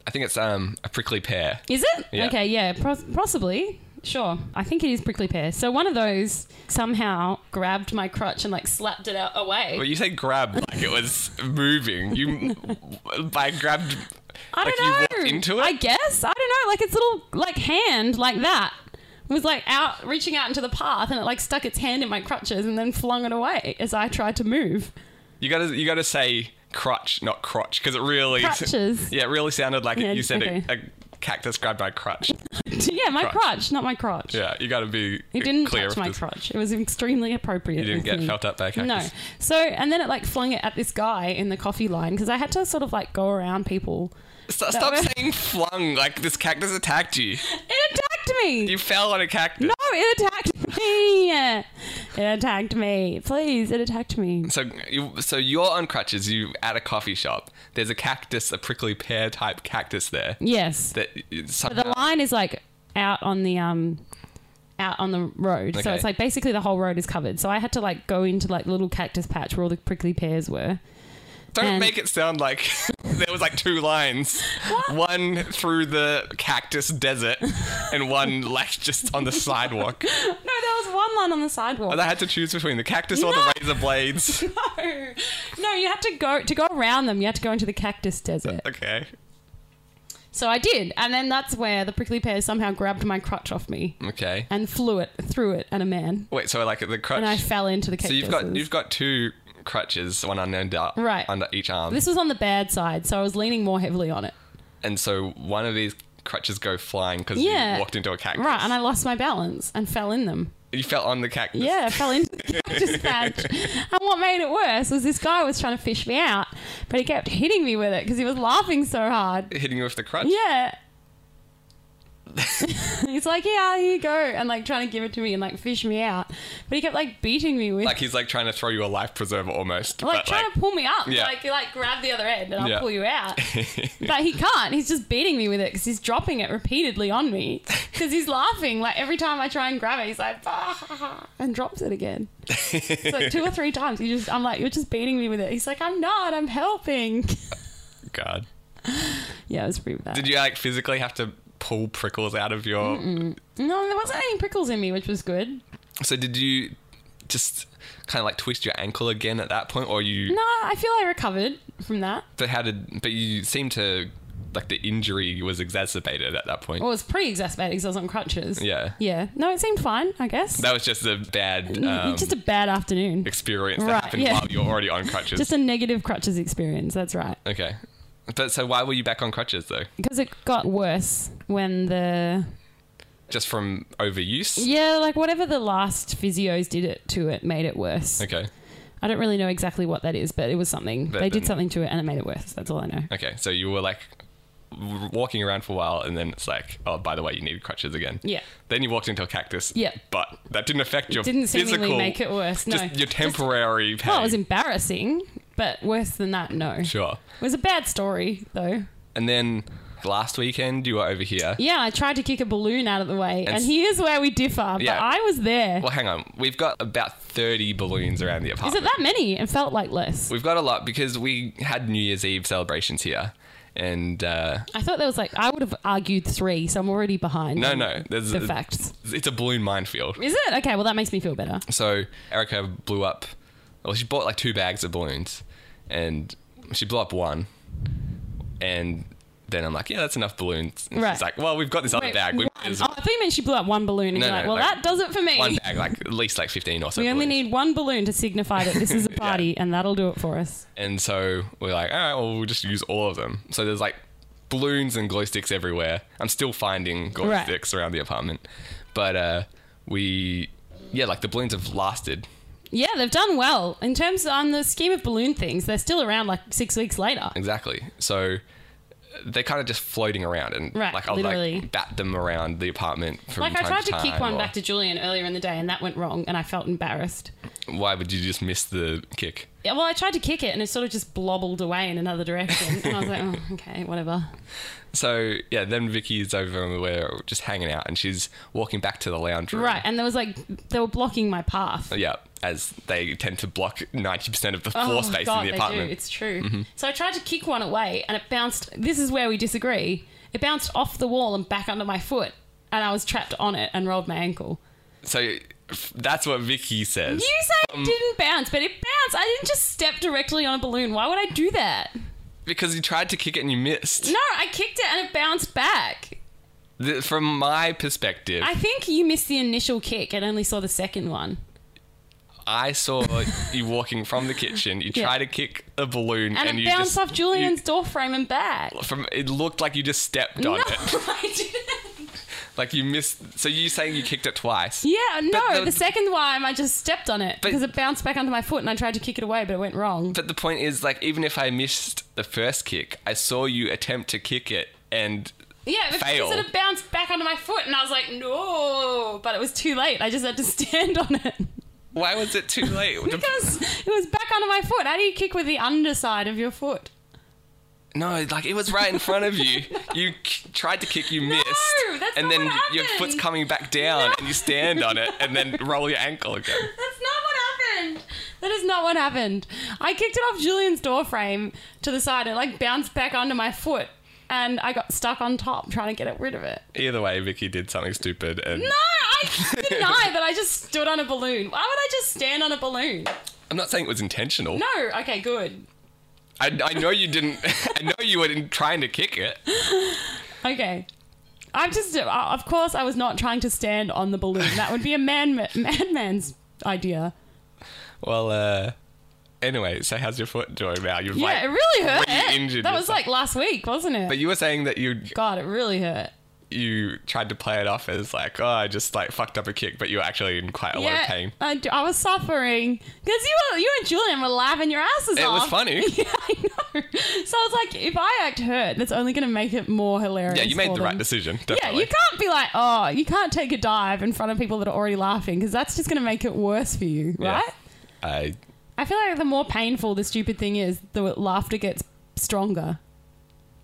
B: I think it's um a prickly pear.
C: Is it?
B: Yeah.
C: Okay, yeah, pos- possibly. Sure. I think it is prickly pear. So one of those somehow grabbed my crutch and like slapped it out away.
B: But you say grab like it was moving. You by grabbed.
C: I don't
B: like
C: know.
B: You walked into it.
C: I guess. I don't know. Like its little like hand like that was like out reaching out into the path and it like stuck its hand in my crutches and then flung it away as I tried to move. *laughs*
B: You gotta you gotta say crutch, not crotch, because it really
C: Crutches.
B: Yeah, it really sounded like
C: Yeah,
B: you said
C: okay.
B: a, a cactus grabbed by
C: *laughs*
B: crutch.
C: yeah, my
B: Crutch.
C: crutch, not my crotch.
B: Yeah, you gotta be
C: It didn't
B: clear
C: touch
B: of
C: my
B: this.
C: crotch. It was extremely appropriate.
B: You didn't
C: with
B: get
C: me.
B: felt up by a cactus.
C: No. So, and then it like flung it at this guy in the coffee line because I had to sort of like go around people.
B: So, stop
C: way-
B: saying flung like this cactus attacked you. *laughs*
C: It attacked me.
B: You fell on a cactus.
C: no, it attacked *laughs* me. It attacked me. Please, it attacked me.
B: So you so you're on crutches. You at a coffee shop. There's a cactus, a prickly pear type cactus there.
C: Yes.
B: That somehow,
C: the line is like out on the um out on the road so
B: Okay.
C: it's like basically the whole road is covered so i had to like go into like the little cactus patch where all the prickly pears
B: *laughs*
C: were
B: don't
C: and-
B: make it sound like *laughs* there was like two lines, one through the cactus desert, and
C: *laughs*
B: one like just on the sidewalk.
C: no there was one line on the sidewalk
B: And I had to choose between the cactus or
C: No.
B: the razor blades.
C: *laughs* no no you had to go to go around them you had to go into the cactus desert
B: Okay,
C: so i did and then that's where the prickly pears somehow grabbed my crutch off me
B: okay.
C: and flew it threw it at a man
B: Wait, so like the crutch.
C: and i fell into the cactus
B: so you've got you've got two crutches, one under
C: Right.
B: under each arm,
C: this was on the bad side so i was leaning more heavily on it
B: and so one of these crutches go flying because
C: Yeah.
B: you walked into a cactus.
C: right and i lost my balance and fell in them
B: You fell on the cactus.
C: Yeah, I fell into the *laughs* cactus patch. And what made it worse was this guy was trying to fish me out, but he kept hitting me with it because he was laughing so
B: *laughs*
C: hard.
B: Hitting you with the crutch.
C: Yeah. *laughs* He's like, yeah, here you go, and like trying to give it to me and like fish me out, but he kept like beating me with.
B: Like
C: Like-
B: he's like trying to throw you a life preserver almost. but,
C: trying to pull me up,
B: Yeah.
C: like you like grab the other end and I'll
B: Yeah.
C: pull you out, but he can't. He's just beating me with it because he's dropping it repeatedly on me because he's laughing. Like every time I try and grab it, he's like, and drops it again.
B: *laughs*
C: It's like two or three times. You just, I'm like, you're just beating me with it. He's like, I'm not. I'm helping.
B: *laughs*
C: *laughs*
B: God.
C: Yeah, it was pretty bad.
B: Did you like physically have to pull prickles out of your?
C: no, there wasn't any prickles in me, which was good.
B: So did you just kind of like twist your ankle again at that point, or you?
C: No, I feel I recovered from that.
B: But how did? But you seemed to like the injury was exacerbated at that point.
C: Well, it was pretty exacerbated because I was on crutches.
B: Yeah.
C: Yeah. No, it seemed fine, I guess.
B: That was just a bad um,
C: just a bad afternoon.
B: experience that
C: Right,
B: happened
C: yeah.
B: while you're already
C: *laughs*
B: on crutches.
C: Just a negative crutches experience. That's right.
B: okay. But so why were you back on crutches though?
C: Because it got worse when the
B: Just from overuse?
C: yeah, like whatever the last physios did it to it made it worse.
B: Okay.
C: I don't really know exactly what that is, but it was something.
B: But
C: they
B: then-
C: did something to it and it made it worse. That's all I know.
B: Okay. So you were like w- walking around for a while and then it's like, oh, by the way, you need crutches again.
C: Yeah.
B: Then you walked into a cactus.
C: Yeah.
B: But that didn't affect your
C: Didn't seemingly
B: physical
C: make it worse. No.
B: just your temporary pain.
C: well, it was embarrassing, but worse than that, no.
B: sure.
C: It was a bad story though.
B: And then last weekend you were over here.
C: Yeah, I tried to kick a balloon out of the way, and,
B: s-
C: here's where we differ.
B: Yeah.
C: But I was there. Is
B: Well, hang on. We've got about 30 balloons around the apartment.
C: it that many? It felt like less.
B: We've got a lot because we had New Year's Eve celebrations here. And uh,
C: I thought there was like I would have argued three, so I'm already behind.
B: no,
C: on
B: no, there's
C: the facts.
B: It's a balloon minefield.
C: Is it okay? Well, that makes me feel better.
B: So Erica blew up. Well, she bought like two bags of balloons, and she blew up one. And then I'm like, yeah, that's enough balloons. And
C: Right.
B: She's like, well, we've got this other
C: Wait,
B: bag. We
C: one.
B: might as
C: Oh,
B: well.
C: I thought you meant she blew up one balloon and
B: No,
C: you're like,
B: no,
C: well,
B: like-
C: that does it for me.
B: One bag, like at least like 15 or so.
C: we only
B: balloons.
C: need one balloon to signify that this is
B: *laughs*
C: a
B: Yeah.
C: party and that'll do it for us.
B: And so we're like, all right, well, we'll just use all of them. So there's like balloons and glow sticks everywhere. I'm still finding glow
C: Right.
B: sticks around the apartment. But uh, we, yeah, like the balloons have lasted.
C: Yeah, they've done well. In terms on the scheme of balloon things, they're still around like six weeks later.
B: Exactly. So they're kind of just floating around and
C: Right,
B: like I'll
C: literally.
B: like bat them around the apartment from
C: Like I
B: time
C: tried to
B: time
C: kick one
B: or-
C: back to Julian earlier in the day and that went wrong and I felt embarrassed.
B: Why would you just miss the kick?
C: Yeah, well, I tried to kick it and it sort of just blobbled away in another direction. And I was like, *laughs* oh, okay, whatever.
B: So yeah, then Vicky is over and we're just hanging out, and she's walking back to the lounge room.
C: Right. And there was like, they were blocking my path.
B: Yeah, as they tend to block ninety percent of the
C: Oh,
B: floor space
C: God,
B: in the
C: They
B: apartment. Mm-hmm.
C: do. It's true. So I tried to kick one away and it bounced. This is where we disagree. It bounced off the wall and back under my foot. And I was trapped on it and rolled my ankle.
B: so f- that's what Vicky says.
C: You say
B: um,
C: it didn't bounce, but it bounced. I didn't just step directly on a balloon. Why would I do that?
B: because you tried to kick it and you missed.
C: No, I kicked it and it bounced back.
B: The- from my perspective,
C: I think you missed the initial kick and only saw the second one.
B: I saw you walking from the kitchen. You
C: *laughs* Yeah.
B: try to kick a balloon,
C: And,
B: and,
C: it
B: you
C: bounced
B: just,
C: off Julian's
B: you-
C: door frame and back.
B: from it looked like you just stepped
C: No, *laughs*
B: on it. *laughs*
C: I didn't.
B: Like you missed. So you saying you kicked it twice?
C: Yeah, no,
B: the-
C: the, second time I just stepped on it
B: But-
C: because it bounced back under my foot and I tried to kick it away, but it went wrong.
B: But the point is, like, even if I missed the first kick, I saw you attempt to kick it, and
C: yeah, because
B: fail.
C: it had bounced back under my foot and I was like, no, but it was too late. I just had to *laughs* stand on it
B: why was it too late? The-
C: *laughs* because it was back under my foot. How do you kick with the underside of your foot?
B: no, like it was right in front of
C: *laughs*
B: you. You k- tried to kick, you missed,
C: that's
B: and
C: not
B: then
C: what
B: your foot's
C: happened.
B: coming back down,
C: No.
B: and you stand on it, and
C: *laughs*
B: then roll your ankle again.
C: That's not what happened. That is not what happened. I kicked it off Julian's door frame to the side. It like bounced back under my foot, and I got stuck on top trying to get it rid of it.
B: Either way, Vicky did something stupid, and
C: No, I
B: *laughs*
C: deny that I just stood on a balloon. Why would I just stand on a balloon?
B: I'm not saying it was intentional.
C: No. Okay, good.
B: I, I know you didn't. *laughs* I know you weren't trying to kick it.
C: Okay. I'm just. Uh, of course, I was not trying to stand on the balloon. That would be a man madman's idea.
B: Well, uh, anyway, so how's your foot doing now? You've
C: Yeah,
B: like,
C: it really hurt.
B: re-injured
C: That was
B: yourself.
C: like last week, wasn't it?
B: but you were saying that you
C: God, it really hurt.
B: you tried to play it off as like, oh, I just like fucked up a kick, but you were actually in quite a lot
C: yeah,
B: of pain.
C: I, d- I was suffering because you were, you and Julian were laughing your asses
B: It
C: off.
B: was funny.
C: *laughs* Yeah, I know. So I was like, if I act hurt, that's only going to make it more hilarious.
B: Yeah, you made
C: for
B: the right
C: them.
B: decision.
C: Yeah,
B: Definitely.
C: you can't be like, oh, you can't take a dive in front of people that are already laughing because that's just going to make it worse for you,
B: Yeah. Uh,
C: right?
B: I
C: I feel like the more painful the stupid thing is, the laughter gets stronger.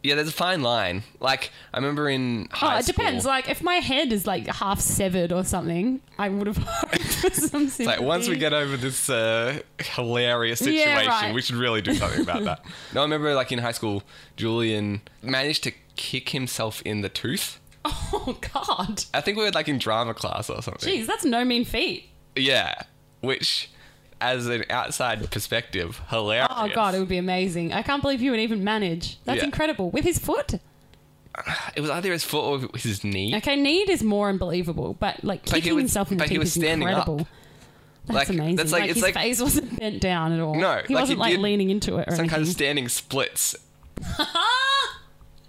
B: yeah, there's a fine line. Like I remember in
C: Oh,
B: high
C: it depends.
B: school-
C: Like, if my head is like half severed or something, I would have *laughs* hoped for some sympathy.
B: It's like once we get over this uh, hilarious situation,
C: Yeah, right.
B: we should really do something about that. *laughs* No, I remember like in high school, Julian managed to kick himself in the tooth.
C: Oh, God.
B: I think we were like in drama class or something.
C: Jeez, that's no mean feat.
B: Yeah, which, as an outside perspective, hilarious.
C: Oh, God, it would be amazing. I can't believe you would even manage. That's
B: Yeah.
C: incredible. With his foot?
B: It was either his foot or his knee.
C: Okay, need is more unbelievable, but like
B: he
C: kicking
B: was-
C: himself in the
B: but he
C: teeth
B: was
C: is
B: standing up.
C: incredible. That's amazing.
B: That's like, it's
C: his
B: like
C: face wasn't bent down at all.
B: No, like, he
C: he wasn't like
B: did
C: leaning into it or
B: some
C: anything.
B: kind of standing splits.
C: *laughs*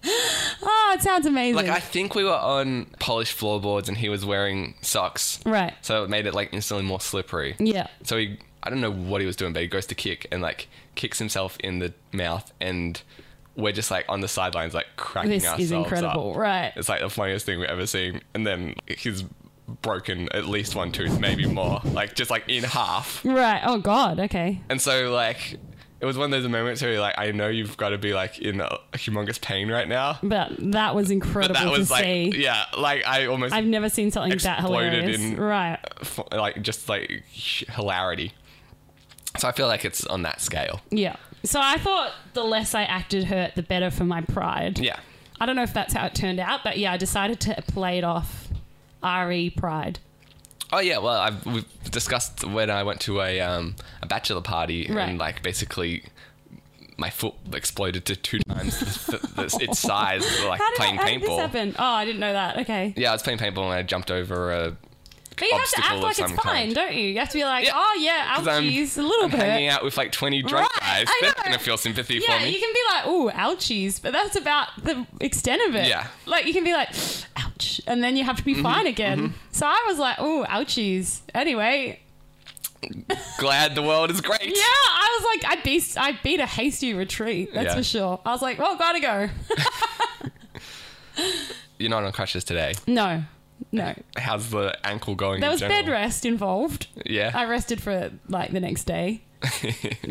C: oh, it sounds amazing.
B: Like I think we were on polished floorboards and he was wearing socks.
C: right.
B: So it made it like instantly more slippery.
C: Yeah.
B: So he, I don't know what he was doing, but he goes to kick and like kicks himself in the mouth, and we're just like on the sidelines, like cracking
C: This
B: ourselves
C: is incredible.
B: up.
C: Right.
B: It's like the funniest thing we've ever seen. And then he's broken at least one tooth, maybe more, like just like in half.
C: Right. Oh god. Okay.
B: And so like it was one of those moments where you're like, I know you've got to be like in a humongous pain right now.
C: But that was incredible
B: But that was
C: to
B: like,
C: see.
B: yeah, like I almost
C: I've never seen something that
B: Exploded
C: hilarious.
B: in-
C: right.
B: f- like just like h- hilarity. So I feel like it's on that scale.
C: Yeah. So I thought the less I acted hurt, the better for my pride.
B: Yeah.
C: I don't know if that's how it turned out, but yeah, I decided to play it off. Re pride.
B: Oh yeah, well I've we've discussed when I went to a um a bachelor party
C: Right.
B: and like basically my foot exploded to two times the, the, the,
C: *laughs*
B: its size like
C: How did,
B: playing
C: I, how did this
B: paintball.
C: happen? Oh, I didn't know that. Okay.
B: Yeah, I was playing paintball and I jumped over a
C: But you have to
B: obstacle
C: act
B: of
C: like it's
B: some
C: fine,
B: kind.
C: don't you? You have to be like,
B: Yeah.
C: oh yeah,
B: 'cause I'm-
C: ouchies, a little
B: I'm
C: bit.
B: hanging out with like twenty drunk
C: Right,
B: guys.
C: I
B: They're
C: know.
B: not gonna feel sympathy
C: Yeah,
B: for me.
C: you can be like, "Ooh, ouchies," but that's about the extent of it.
B: Yeah. Mm-hmm,
C: like you can be like, "Ouch," and then you have to be fine again. So I was like, "Ooh, ouchies." Anyway,
B: Glad the world is great.
C: yeah, *laughs* I was like, "I beat, I beat a hasty retreat." That's
B: Yeah.
C: for sure. I was like, "Well, gotta go."
B: You're not on crutches today.
C: *laughs* no, No.
B: How's the ankle going?
C: There
B: in
C: was
B: general?
C: bed rest involved.
B: Yeah.
C: I rested for like the
B: *laughs*
C: next day,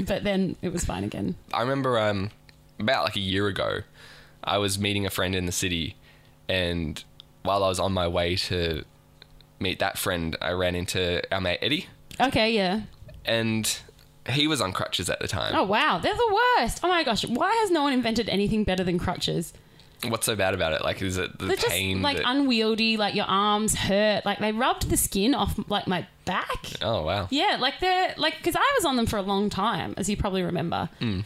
C: but then it was fine again.
B: I remember um, about like a year ago, I was meeting a friend in the city, and while I was on my way to meet that friend, I ran into our mate Eddie,
C: Okay, yeah.
B: and he was on crutches at the time.
C: Oh wow, they're the worst. Oh my gosh, why has no one invented anything better than crutches?
B: What's so bad about it? Like, is it the
C: Oh. They're just
B: pain?
C: like
B: that-
C: unwieldy, like your arms hurt. Like they rubbed the skin off like my back.
B: oh wow.
C: Yeah, like they're like because I was on them for a long time, as you probably remember,
B: Hmm.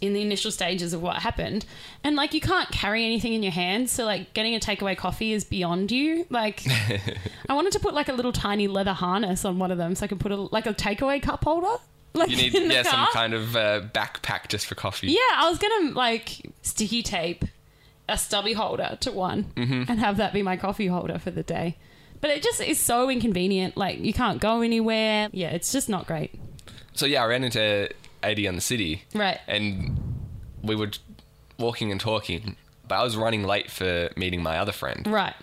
C: in the initial stages of what happened, and like you can't carry anything in your hands, so like getting a takeaway coffee is beyond you. Like,
B: *laughs*
C: I wanted to put like a little tiny leather harness on one of them, so I could put a like a takeaway cup holder. Like *laughs*
B: You need
C: in the
B: yeah some
C: car.
B: kind of uh, backpack just for coffee.
C: Yeah, I was gonna like sticky tape a stubby holder to one
B: Mm-hmm.
C: and have that be my coffee holder for the day. But it just is so inconvenient. Like you can't go anywhere. Yeah, it's just not great.
B: So yeah, I ran into Eddie on the city.
C: Right.
B: And we were walking and talking, but I was running late for meeting my other friend.
C: Right.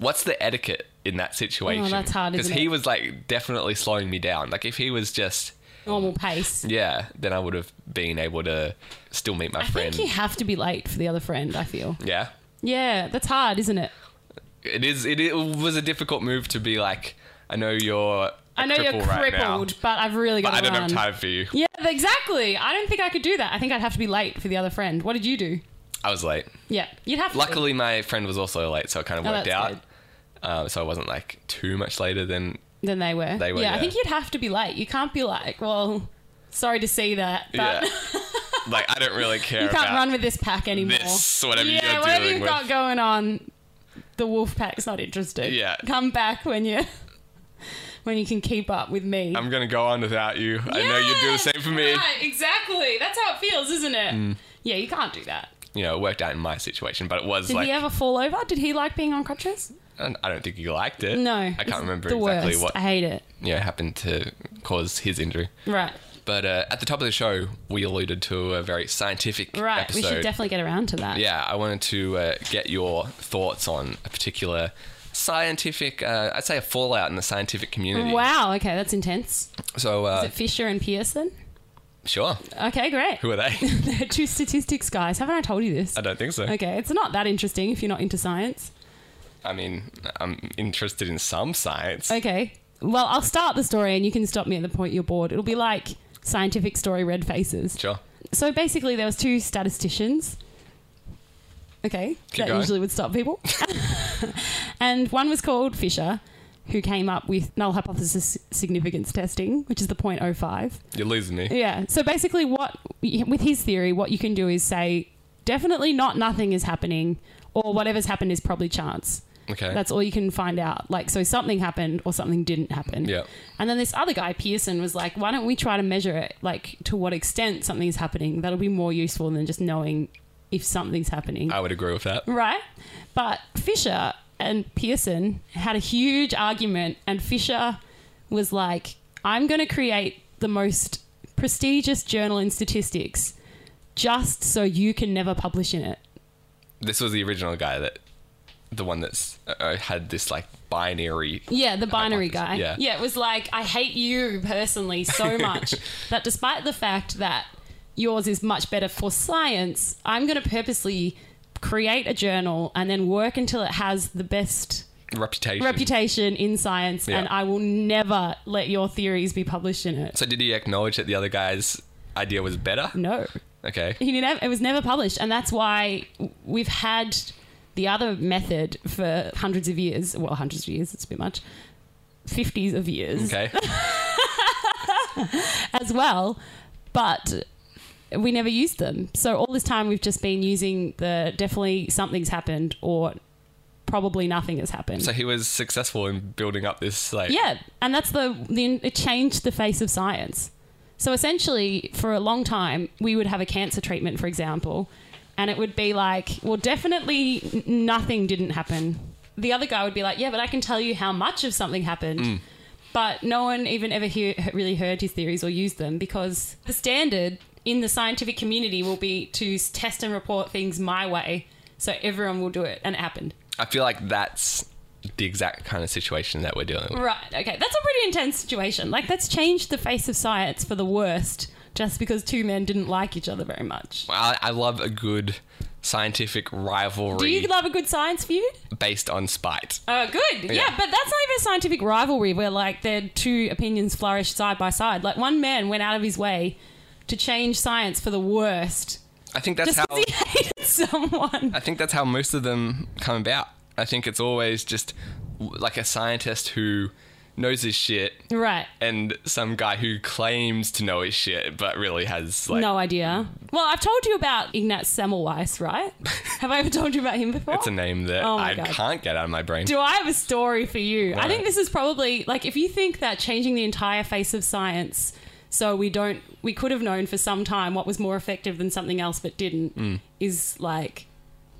B: what's the etiquette in that situation?
C: Oh, that's hard,
B: Because
C: isn't
B: he
C: it?
B: was like definitely slowing me down. Like if he was just
C: Normal pace.
B: yeah, then I would have been able to still meet my
C: I
B: friend.
C: think you have to be late for the other friend, I feel.
B: yeah,
C: Yeah, that's hard, isn't it?
B: it is. It, it was a difficult move to be like, I know you're.
C: I know you're
B: cripple right now,
C: crippled, but I've really
B: but
C: got
B: I
C: to
B: don't
C: run.
B: have time for you.
C: Yeah, exactly. I don't think I could do that. I think I'd have to be late for the other friend. What did you do?
B: I was late.
C: Yeah, you'd have to. be.
B: Luckily, my friend was also late, so it kind of
C: Oh,
B: worked
C: that's
B: out.
C: good.
B: Uh, so I wasn't like too much later than
C: Than they were.
B: They were,
C: Yeah,
B: yeah.
C: I think you'd have to be late. You can't be like, well, sorry to see that, but
B: yeah. like I don't really care.
C: *laughs* you can't
B: about
C: run with this pack anymore.
B: this, whatever
C: yeah,
B: you're
C: whatever
B: dealing
C: you've
B: with.
C: got going on, the wolf pack's not interested.
B: Yeah.
C: come back when you *laughs* when you can keep up with me.
B: I'm gonna go on without you. I know you do the same for me. Mm.
C: Right, exactly. That's how it feels, isn't it? Yeah, you can't do that.
B: you know, it worked out in my situation, but it was
C: Did
B: like
C: he ever fall over? Did he like being on crutches?
B: I I don't think he liked it.
C: No.
B: I
C: it's
B: can't remember
C: the
B: exactly
C: worst.
B: what
C: I hate it.
B: you know, happened to cause his injury.
C: Right.
B: But uh, at the top of the show, we alluded to a very scientific
C: Right.
B: episode.
C: We should definitely get around to that.
B: yeah, I wanted to uh, get your thoughts on a particular scientific, uh, I'd say a fallout in the scientific community.
C: Wow. Okay, that's intense.
B: So,
C: Is
B: uh,
C: it Fisher and Pearson?
B: sure.
C: Okay, great.
B: Who Uh, are they?
C: *laughs* They're two statistics guys. Haven't I told you this?
B: I don't think so.
C: Okay, it's not that interesting if you're not into science.
B: I mean, I'm interested in some science.
C: Okay. Well, I'll start the story and you can stop me at the point you're bored. It'll be like scientific story red faces.
B: Sure.
C: So basically, there was two statisticians. Okay, that
B: going.
C: usually would stop people. *laughs* and one was called Fisher, who came up with null hypothesis significance testing, which is the 0.05.
B: You're losing me.
C: Yeah. So basically, what with his theory, what you can do is say definitely not nothing is happening, or whatever's happened is probably chance.
B: Okay.
C: That's all you can find out. Like, so something happened or something didn't happen.
B: Yeah.
C: And then this other guy, Pearson, was like, why don't we try to measure it, like, to what extent something's happening? That'll be more useful than just knowing if something's happening.
B: I would agree with that.
C: Right? But Fisher and Pearson had a huge argument, and Fisher was like, I'm going to create the most prestigious journal in statistics just so you can never publish in it.
B: this was the original guy that the one that's uh, had this like binary
C: Yeah, the binary guy.
B: Hypothesis, yeah.
C: yeah, it was like, I hate you personally so much that despite the fact that yours is much better for science, I'm going to purposely create a journal and then work until it has the best
B: reputation.
C: reputation in science,
B: Yeah.
C: and I will never let your theories be published in it.
B: so did he acknowledge that the other guy's idea was better?
C: No,
B: Okay.
C: he never. It was never published, and that's why we've had the other method for hundreds of years. Well, hundreds of years. It's a bit much. Fifties of years
B: Okay.
C: as well, but we never used them. So all this time we've just been using the definitely something's happened or probably nothing has happened.
B: so he was successful in building up this like
C: Yeah, and that's the, the it changed the face of science. So essentially, for a long time, we would have a cancer treatment, for example, and it would be like, well, definitely n- nothing didn't happen. The other guy would be like, yeah, but I can tell you how much of something happened. But no one even ever hear, really heard his theories or used them because the standard in the scientific community will be to s- test and report things my way. So everyone will do it, and it happened.
B: I feel like that's the exact kind of situation that we're dealing with.
C: Right. Okay. That's a pretty intense situation. Like that's changed the face of science for the worst just because two men didn't like each other very much.
B: I, I love a good scientific rivalry
C: Do you love a good
B: *laughs*
C: science feud?
B: based on spite.
C: Oh, good. Yeah.
B: Yeah.
C: but that's not even a scientific rivalry where like their two opinions flourish side by side. Like one man went out of his way to change science for the worst
B: I think that's
C: just
B: how
C: because he hated *laughs* someone.
B: I think that's how most of them come about. I think it's always just w- like a scientist who knows his shit
C: Right.
B: and some guy who claims to know his shit but really has like
C: no idea. Well, I've told you about Ignaz
B: *laughs*
C: Semmelweis, right? Have I ever told you about him before?
B: it's a name that
C: Oh my
B: I
C: God.
B: can't get out of my brain.
C: Do I have a story for you? I think
B: right.
C: this is probably like if you think that changing the entire face of science so we don't we could have known for some time what was more effective than something else but didn't is like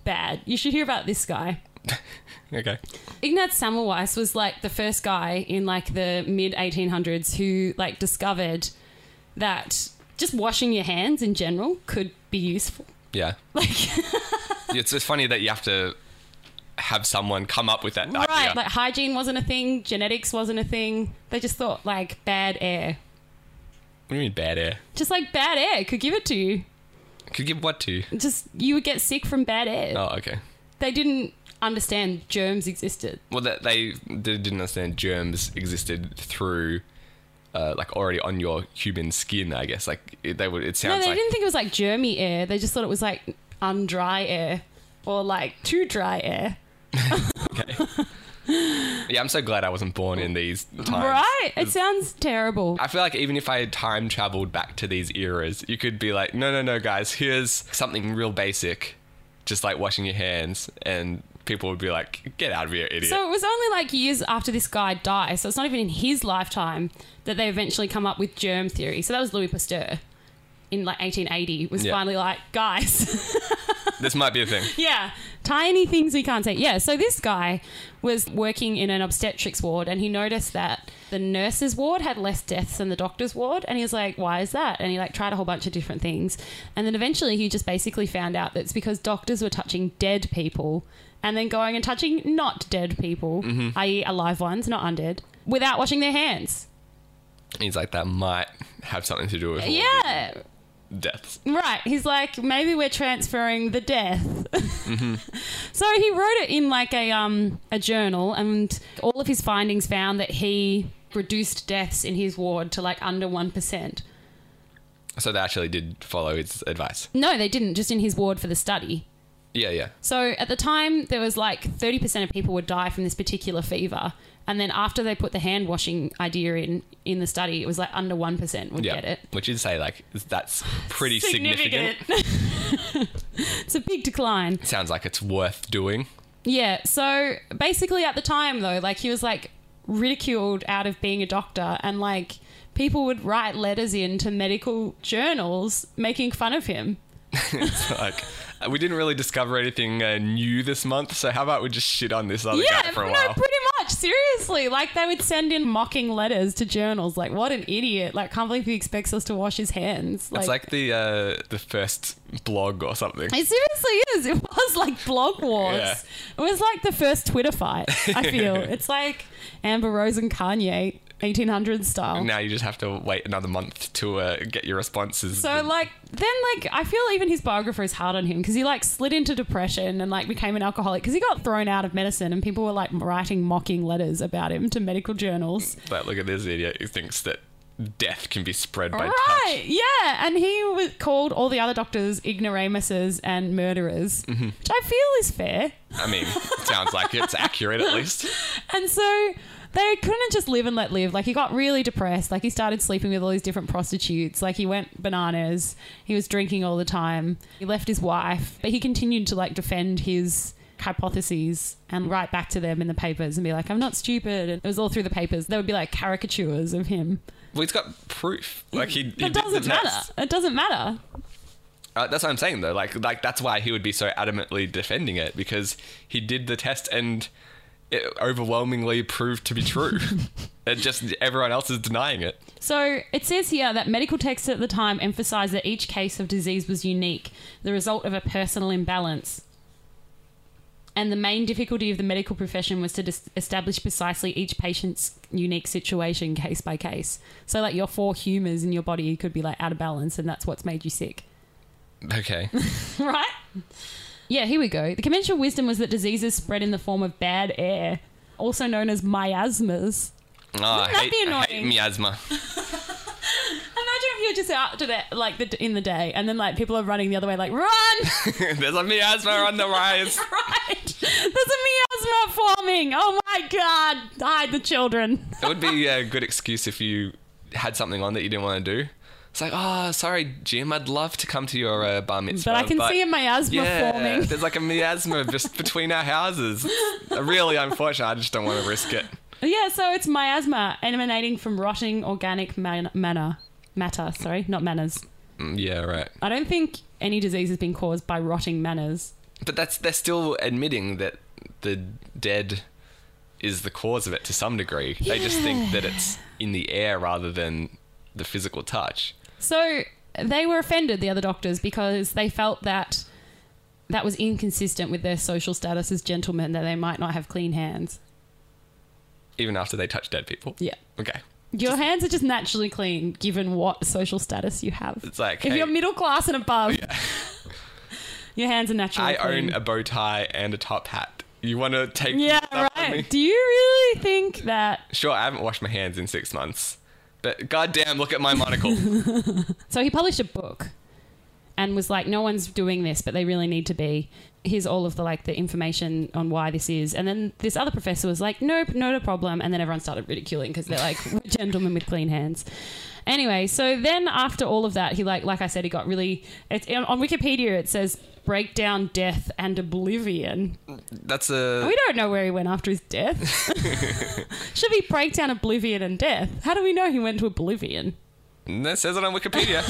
C: bad. You should hear about this guy.
B: *laughs* okay.
C: Ignaz Semmelweis was like the first guy in like the mid 1800s who like discovered that just washing your hands in general could be useful.
B: Yeah.
C: Like
B: *laughs* it's just funny that you have to have someone come up with that idea.
C: Right. Like hygiene wasn't a thing, genetics wasn't a thing. They just thought like bad air.
B: what do you mean bad air?
C: Just like bad air could give it to you.
B: Could give what to?
C: Just you would get sick from bad air.
B: Oh, okay.
C: They didn't understand germs existed.
B: Well, that they, they didn't understand germs existed through, uh, like already on your human skin. I guess like it, they would. It
C: No,
B: sounds
C: they
B: like
C: didn't think it was like germy air. They just thought it was like undry air or like too dry air.
B: yeah. I'm so glad I wasn't born in these times.
C: Right? It sounds terrible.
B: I feel like even if I had time traveled back to these eras, you could be like, no, no, no, guys, here's something real basic, just like washing your hands, and people would be like, get out of here, idiot.
C: So it was only like years after this guy died, so it's not even in his lifetime that they eventually come up with germ theory. So that was Louis Pasteur in like 1880 was
B: Yeah.
C: finally like, guys,
B: this might be a thing. *laughs*
C: yeah, tiny things we can't say. Yeah, so this guy was working in an obstetrics ward and he noticed that the nurse's ward had less deaths than the doctor's ward and he was like, why is that? And he like tried a whole bunch of different things. And then eventually he just basically found out that it's because doctors were touching dead people and then going and touching not dead people, i.e. alive ones, not undead, without washing their hands.
B: He's like, that might have something to do with all
C: Uh, Yeah,
B: the deaths.
C: Right. He's like, maybe we're transferring the death.
B: Mm-hmm.
C: *laughs* so he wrote it in like a um a journal, and all of his findings found that he reduced deaths in his ward to like under one percent.
B: So they actually did follow his advice.
C: No, they didn't. Just in his ward for the study.
B: Yeah, yeah.
C: So at the time, there was like thirty percent of people would die from this particular fever, and then after they put the hand washing idea in in the study, it was like under one percent would
B: Yeah.
C: get it.
B: Which you'd say, like, that's pretty significant.
C: *laughs* it's a big decline.
B: Sounds like it's worth doing. *laughs*
C: Yeah. So basically, at the time though, like he was like ridiculed out of being a doctor, and like people would write letters in to medical journals making fun of him.
B: It's like, we didn't really discover anything uh, new this month, so how about we just shit on this other guy
C: Yeah,
B: Oh, for a
C: no,
B: while?
C: pretty much. Seriously, like they would send in mocking letters to journals. Like, what an idiot! Like, can't believe he expects us to wash his hands. Like,
B: It's like the uh, the first blog or something.
C: it seriously is. It was like blog
B: *laughs*
C: wars.
B: Yeah.
C: It was like the first Twitter fight.
B: *laughs*
C: I feel it's like Amber Rose and Kanye, 1800s style.
B: Now you just have to wait another month to uh, get your responses.
C: So like then like I feel even his biographer is hard on him because he like slid into depression and like became an alcoholic because he got thrown out of medicine and people were like writing mocking letters about him to medical journals.
B: but look at this idiot who thinks that death can be spread by touch.
C: Right, yeah, and he was called all the other doctors ignoramuses and murderers,
B: Mm-hmm.
C: which I feel is fair.
B: I mean, sounds like
C: *laughs*
B: it's accurate at least.
C: And so they couldn't just live and let live. Like he got really depressed. Like he started sleeping with all these different prostitutes. Like he went bananas. He was drinking all the time. He left his wife, but he continued to like defend his hypotheses and write back to them in the papers and be like, "I'm not stupid." And it was all through the papers. There would be like caricatures of him.
B: Well, he's got proof. Like he, he
C: It
B: did
C: doesn't
B: the
C: matter.
B: test.
C: It doesn't matter.
B: Uh, that's what I'm saying though. Like like that's why he would be so adamantly defending it because he did the test and it overwhelmingly proved to be
C: *laughs*
B: true. and just everyone else is denying it.
C: So it says here that medical texts at the time emphasized that each case of disease was unique, the result of a personal imbalance. and the main difficulty of the medical profession was to dis- establish precisely each patient's unique situation case by case. So, like, your four humors in your body could be like out of balance, and that's what's made you sick, *laughs*
B: Okay.
C: right? Yeah, here we go. The conventional wisdom was that diseases spread in the form of bad air, also known as miasmas.
B: Oh, I,
C: Wouldn't that
B: hate,
C: be
B: I hate
C: annoying?
B: miasma.
C: Imagine if you're just out to the, like the, in the day, and then like people are running the other way, like run,
B: *laughs*
C: *laughs*
B: There's a miasma on the rise.
C: right? There's a miasma forming. Oh my god! Hide the children.
B: It would be a good excuse if you had something on that you didn't want to do. It's like, oh, sorry, Jim, I'd love to come to your uh, bar mitzvah.
C: But I can see a miasma
B: yeah,
C: forming.
B: there's like a
C: *laughs*
B: miasma just between our houses. It's really unfortunate. I just don't want to risk it.
C: Yeah, so it's miasma emanating from rotting organic man- manna. Matter, sorry, not manners.
B: Mm, Yeah, right.
C: I don't think any disease has been caused by rotting manners.
B: But that's they're still admitting that the dead is the cause of it to some degree. They just think that it's in the air rather than the physical touch.
C: So they were offended, the other doctors, because they felt that that was inconsistent with their social status as gentlemen, that they might not have clean hands.
B: Even after they touch dead people.
C: Yeah.
B: Okay.
C: Your hands are just naturally clean given what social status you have.
B: It's like,
C: if
B: hey,
C: you're middle class and above, *laughs* your hands are
B: I
C: naturally clean.
B: own a bow tie and a top hat. You want to take
C: Yeah,
B: stuff from me?
C: right. Do you really think that?
B: Sure, I haven't washed my hands in six months, but goddamn, look at my monocle.
C: *laughs* So he published a book and was like, no one's doing this, but they really need to be. Here's all of the like the information on why this is. And then this other professor was like, nope, not a problem. And then everyone started ridiculing because they're like, *laughs* we're gentlemen with clean hands. Anyway, so then after all of that, he like, like I said, he got really. It's on, on Wikipedia. It says break down death and oblivion.
B: That's a.
C: We don't know where he went after his death. *laughs* Should be break down oblivion and death. How do we know he went to oblivion?
B: That says it on Wikipedia.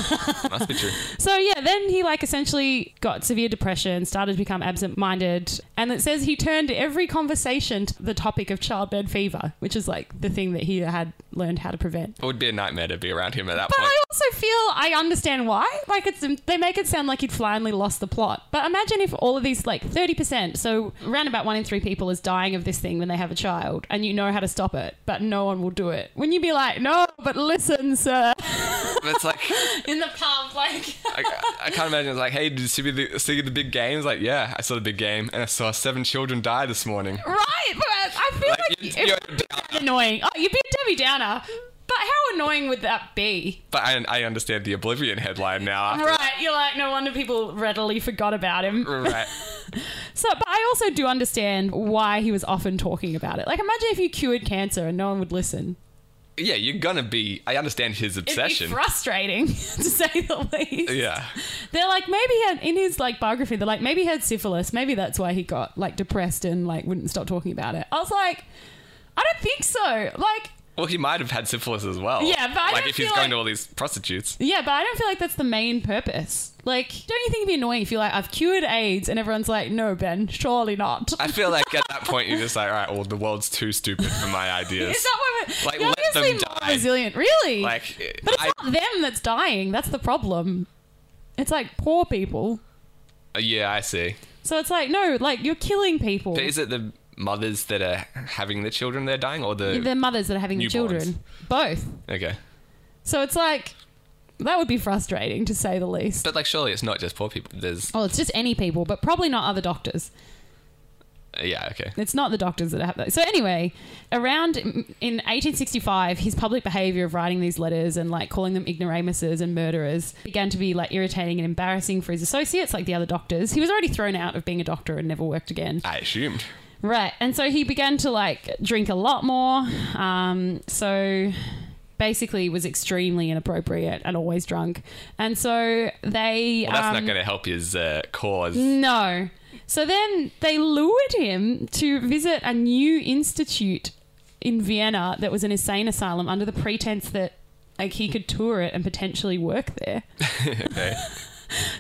B: Must be true.
C: So yeah, then he like essentially got severe depression, started to become absent-minded, and it says he turned every conversation to the topic of childbed fever, which is like the thing that he had learned how to prevent.
B: It would be a nightmare to be around him at that
C: But
B: point.
C: I also feel I understand why. Like it's they make it sound like he'd finally lost the plot. But imagine if all of these like 30%, so around about 1 in 3 people is dying of this thing when they have a child and you know how to stop it, but no one will do it. Wouldn't you be like, "No, but listen, sir."
B: But it's like
C: In the pub like
B: I, I can't imagine. It's like, hey, did you see the see the big game? It's like, yeah, I saw the big game, and I saw seven children die this morning.
C: Right, but I feel
B: Like,
C: like,
B: you-
C: it
B: you're
C: would be kinda annoying. Oh, you'd be a Debbie Downer, but how annoying would that be?
B: But I, I understand the Oblivion headline now. After
C: Right, you're like, no wonder people readily forgot about him.
B: Right.
C: So, but I also do understand why he was often talking about it. Like, imagine if you cured cancer and no one would listen.
B: Yeah, you're gonna be. I understand his
C: It'd
B: obsession.
C: be frustrating, *laughs* to say the least.
B: yeah.
C: They're like, maybe he had, in his like biography, they're like, maybe he had syphilis. Maybe that's why he got like depressed and like wouldn't stop talking about it. I was like, I don't think so. Like,
B: Well, he might have had syphilis as well.
C: Yeah, but I
B: like
C: don't
B: if he's
C: feel
B: going
C: like-
B: to all these
C: *laughs*
B: prostitutes.
C: Yeah, but I don't feel like that's the main purpose. Like, don't you think it'd be annoying if you're like, I've cured AIDS, and everyone's like, no, Ben, surely not.
B: I feel like at that point you're just like, all right, well, the world's too stupid for my ideas.
C: *laughs* Is that what we're
B: Like,
C: They're
B: let them
C: obviously more
B: die.
C: resilient? Really?
B: like,
C: but it's
B: I,
C: not them that's dying. That's the problem. It's like poor people.
B: uh, yeah, I see.
C: So it's like, no, like you're killing people.
B: But is it the mothers that are having the children they're dying, or the
C: the mothers that are having the
B: Newborns.
C: children. Both.
B: okay?
C: So it's like that would be frustrating to say the least.
B: But like, surely it's not just poor people. There's
C: Oh, it's just any people, but probably not other doctors.
B: yeah, okay.
C: It's not the doctors that have that. So anyway, around in 1865, his public behavior of writing these letters and like calling them ignoramuses and murderers began to be like irritating and embarrassing for his associates, like the other doctors. He was already thrown out of being a doctor and never worked again.
B: I assumed.
C: Right, and so he began to like drink a lot more. Um, so basically, was extremely inappropriate and always drunk. And so they
B: Well, that's
C: um,
B: not going to help his uh, cause.
C: no. So then they lured him to visit a new institute in Vienna that was an insane asylum under the pretense that like he could tour it and potentially work there.
B: *laughs*
C: *laughs*
B: Okay.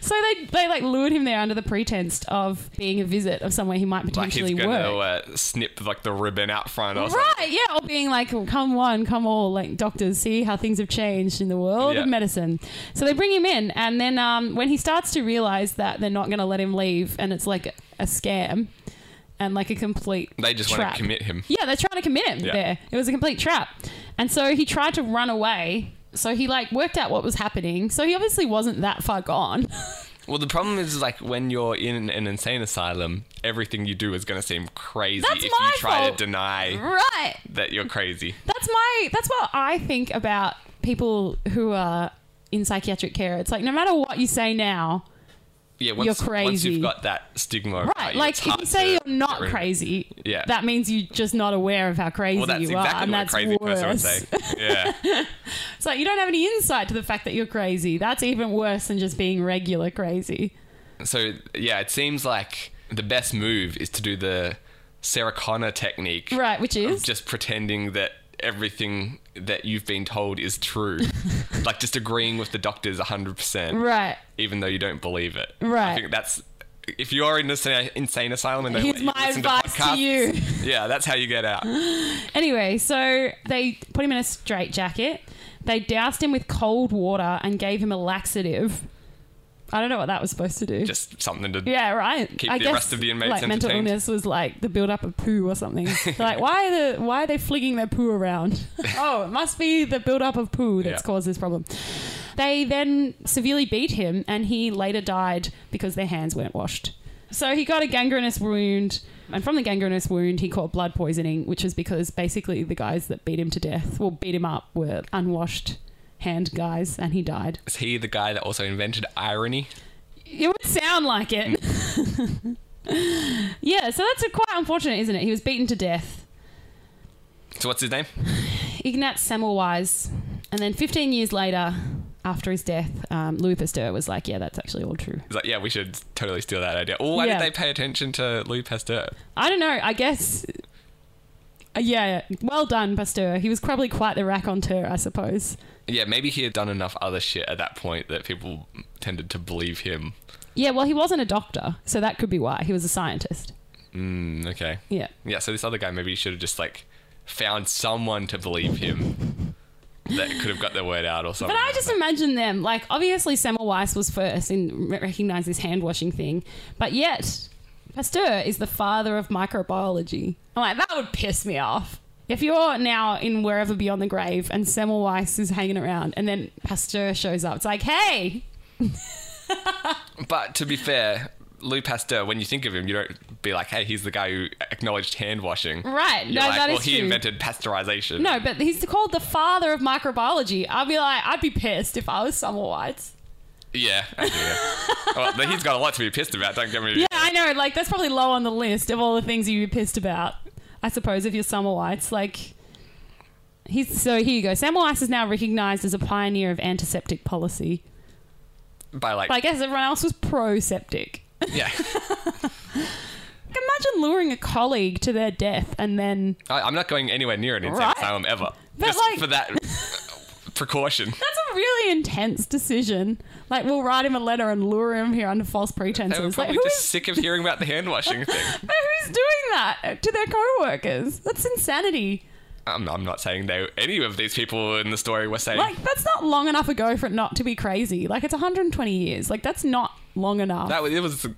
C: So they they like lured him there under the pretense of being a visit of somewhere he might
B: Like he's
C: potentially
B: going
C: work.
B: to uh, snip like the ribbon out front or something.
C: Right, yeah, or being like, "Oh, come one, come all, like doctors, see how things have changed in the world
B: Yeah.
C: of medicine. So they bring him in, and then um, when he starts to realize that they're not going to let him leave and it's like a, a scam, and like a complete
B: They just
C: trap.
B: want to commit him.
C: Yeah, they're trying to commit him
B: Yeah.
C: there. It was a complete trap. And so he tried to run away. So he like worked out what was happening. So he obviously wasn't that far gone.
B: Well, the problem is like when you're in an insane asylum, everything you do is going to seem crazy
C: That's
B: if
C: my
B: you try
C: fault.
B: to deny
C: *laughs* right.
B: that you're crazy.
C: That's my that's what I think about people who are in psychiatric care. It's like no matter what you say now,
B: Yeah, once, once
C: crazy.
B: you've got that stigma, about
C: right?
B: you,
C: Like
B: it's
C: if
B: hard
C: you say
B: to
C: you're not
B: get rid of it.
C: crazy,
B: Yeah.
C: that means you're just not aware of how crazy
B: well, that's
C: you
B: exactly
C: are, and
B: what
C: that's
B: a crazy
C: worse. *laughs*
B: person would say. Yeah,
C: It's like you don't have any insight to the fact that you're crazy. That's even worse than just being regular crazy.
B: So yeah, it seems like the best move is to do the Sarah Connor technique,
C: Right, which
B: of
C: is
B: just pretending that everything that you've been told is
C: *laughs*
B: true, like just agreeing with the doctors hundred percent,
C: right.
B: even though you don't believe it. I
C: Right.
B: think that's if you are in this insane asylum and they let
C: Here's
B: you
C: my
B: listen
C: advice
B: to,
C: to,
B: podcasts, *laughs*
C: you.
B: Yeah, that's how you get
C: *laughs*
B: out.
C: Anyway, so they put him in a straitjacket. They doused him with cold water and gave him a laxative. I don't know what that was supposed to do.
B: Just something to
C: yeah, right.
B: keep
C: I
B: the
C: guess,
B: rest of the inmates
C: like mental
B: entertained.
C: illness was like the build up of poo
B: *laughs*
C: or something. They're like why are the why are they flinging their poo around? *laughs* oh, it must be the build up of poo that's
B: Yeah.
C: caused this problem. They then severely beat him, and he later died because their hands weren't washed. So he got a gangrenous wound, and from the gangrenous wound, he caught blood poisoning, which was because basically the guys that beat him to death, well, beat him up, were unwashed hand guys, and he died.
B: Is he the guy that also invented irony?
C: It would sound like it. *laughs* yeah, so that's a quite unfortunate, isn't it? He was beaten to death.
B: So what's his name?
C: Ignatz Semmelweis. And then 15 years later, after his death, um, Louis Pasteur was like, yeah, that's actually all true.
B: He's like, yeah, we should totally steal that idea. Or why
C: Yeah.
B: did they pay attention to Louis Pasteur?
C: I don't know, I guess. Uh, yeah, well done, Pasteur. He was probably quite the raconteur, I suppose.
B: Yeah, maybe he had done enough other shit at that point that people tended to believe him.
C: Yeah, well, he wasn't a doctor, so that could be why. He was a scientist.
B: Mm, okay.
C: Yeah.
B: Yeah, so this other guy maybe should have just like found someone to believe him that could have got their word out or something.
C: But I
B: like
C: just
B: that.
C: imagine them like obviously Semmelweis was first in re- recognize this hand washing thing, but yet Pasteur is the father of microbiology. I'm like that would piss me off. If you're now in wherever beyond the grave and Semmelweis is hanging around and then Pasteur shows up, it's like, hey,
B: But to be fair, Louis Pasteur, when you think of him, you don't be like, hey, he's the guy who acknowledged hand washing.
C: right?
B: You're
C: no,
B: like,
C: that is
B: well, he
C: true.
B: invented pasteurization.
C: no, but he's called the father of microbiology. I'd be like, I'd be pissed if I was Semmelweis.
B: Yeah, I do.
C: *laughs*
B: yeah. well, but he's got a lot to be pissed about, don't get me
C: Yeah, I know. Like that's probably low on the list of all the things you'd be pissed about. I suppose if you're Samuelites, like he's so here you go. Samuelites is now recognised as a pioneer of antiseptic policy.
B: by like,
C: But I guess everyone else was pro-septic. *laughs*
B: yeah.
C: Like, imagine luring a colleague to their death and then
B: I, I'm not going anywhere near an insane
C: Right.
B: asylum ever.
C: But,
B: just
C: like-
B: for that
C: *laughs*
B: precaution.
C: that's a really intense decision. Like we'll write him a letter and lure him here under false
B: They were
C: pretenses. Like
B: probably
C: who
B: just
C: is
B: sick of hearing about the hand washing thing.
C: *laughs* but who's doing that to their co-workers? That's insanity.
B: I'm, I'm not saying they, any of these people in the story were saying
C: Like that's not long enough ago for it not to be crazy. Like it's 120 years. Like that's not long enough.
B: that. Was, it was
C: it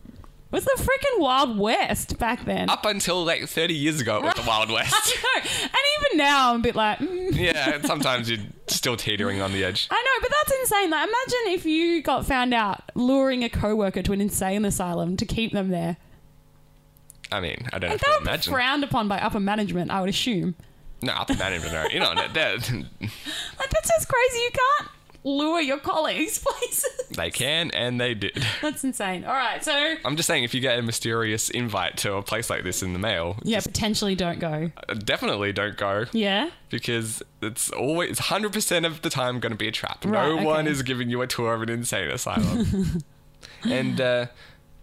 C: was the freaking Wild West back then.
B: up until like 30 years ago. It was the Wild
C: *laughs* I *laughs*
B: West.
C: know. And even now, I'm a bit like, mm.
B: yeah, and sometimes you're still teetering on the edge.
C: I know, but that's insane. Like, imagine if you got found out luring a coworker to an insane asylum to keep them there.
B: I mean, I don't have
C: Like, that
B: to
C: would
B: imagine.
C: be frowned upon by upper management, I would assume.
B: no, up and down, no, you know, they're- *laughs*
C: Like, that's just crazy. You can't lure your colleagues *laughs* places.
B: they can and they did.
C: That's insane. All right, so
B: I'm just saying, if you get a mysterious invite to a place like this in the mail,
C: yeah, potentially don't go.
B: definitely don't go.
C: Yeah.
B: because it's always it's 100% of the time going to be a trap.
C: Right,
B: no
C: okay.
B: one is giving you a tour of an insane asylum.
C: *laughs*
B: and uh,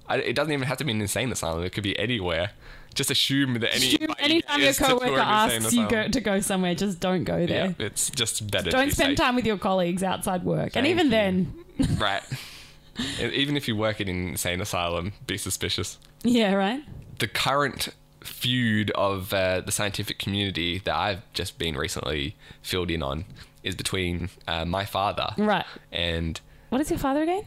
B: I, it doesn't even have to be an insane asylum, it could be anywhere. Just assume that any
C: Assume
B: invite you
C: anytime
B: get
C: your
B: is to tour
C: coworker
B: an insane
C: asks you go,
B: asylum.
C: to go somewhere, just don't go there.
B: Yeah, it's just better. to
C: Don't
B: be safe.
C: spend time with your colleagues outside work. and
B: Thank
C: even
B: you.
C: then,
B: Right. E- Even if you work in an insane asylum, be suspicious.
C: yeah, right?
B: The current feud of uh, the scientific community that I've just been recently filled in on is between uh, my father
C: Right.
B: and
C: What is your father again?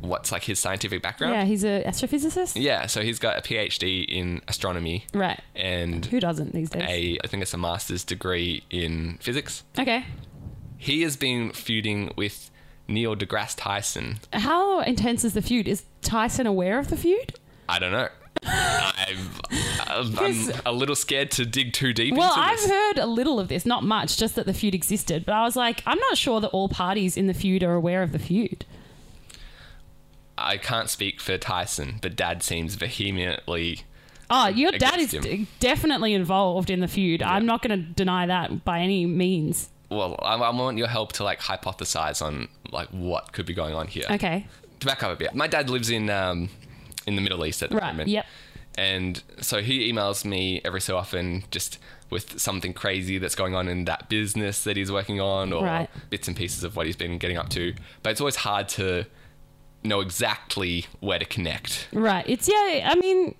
B: what's like his scientific background.
C: Yeah, he's an astrophysicist.
B: Yeah, so he's got a PhD in astronomy
C: Right.
B: and
C: Who doesn't these days?
B: a I think it's a master's degree in physics.
C: Okay.
B: He has been feuding with Neil deGrasse Tyson.
C: How intense is the feud? Is Tyson aware of the feud?
B: I don't know. I'm, I'm, I'm a little scared to dig too deep
C: Well,
B: into
C: I've
B: this.
C: heard a little of this, not much, just that the feud existed. But I was like, I'm not sure that all parties in the feud are aware of the feud.
B: I can't speak for Tyson, but Dad seems vehemently.
C: Oh, your dad is
B: Against him.
C: definitely involved in the feud. I'm not going to deny that by any means.
B: Well, I, I want your help to like hypothesize on like what could be going on here.
C: Okay.
B: To back up a bit, my dad lives in um, in the Middle East at the
C: Right.
B: moment.
C: Yep.
B: And so he emails me every so often just with something crazy that's going on in that business that he's working on or
C: Right.
B: bits and pieces of what he's been getting up to. But it's always hard to know exactly where to connect.
C: Right. It's, yeah, I mean,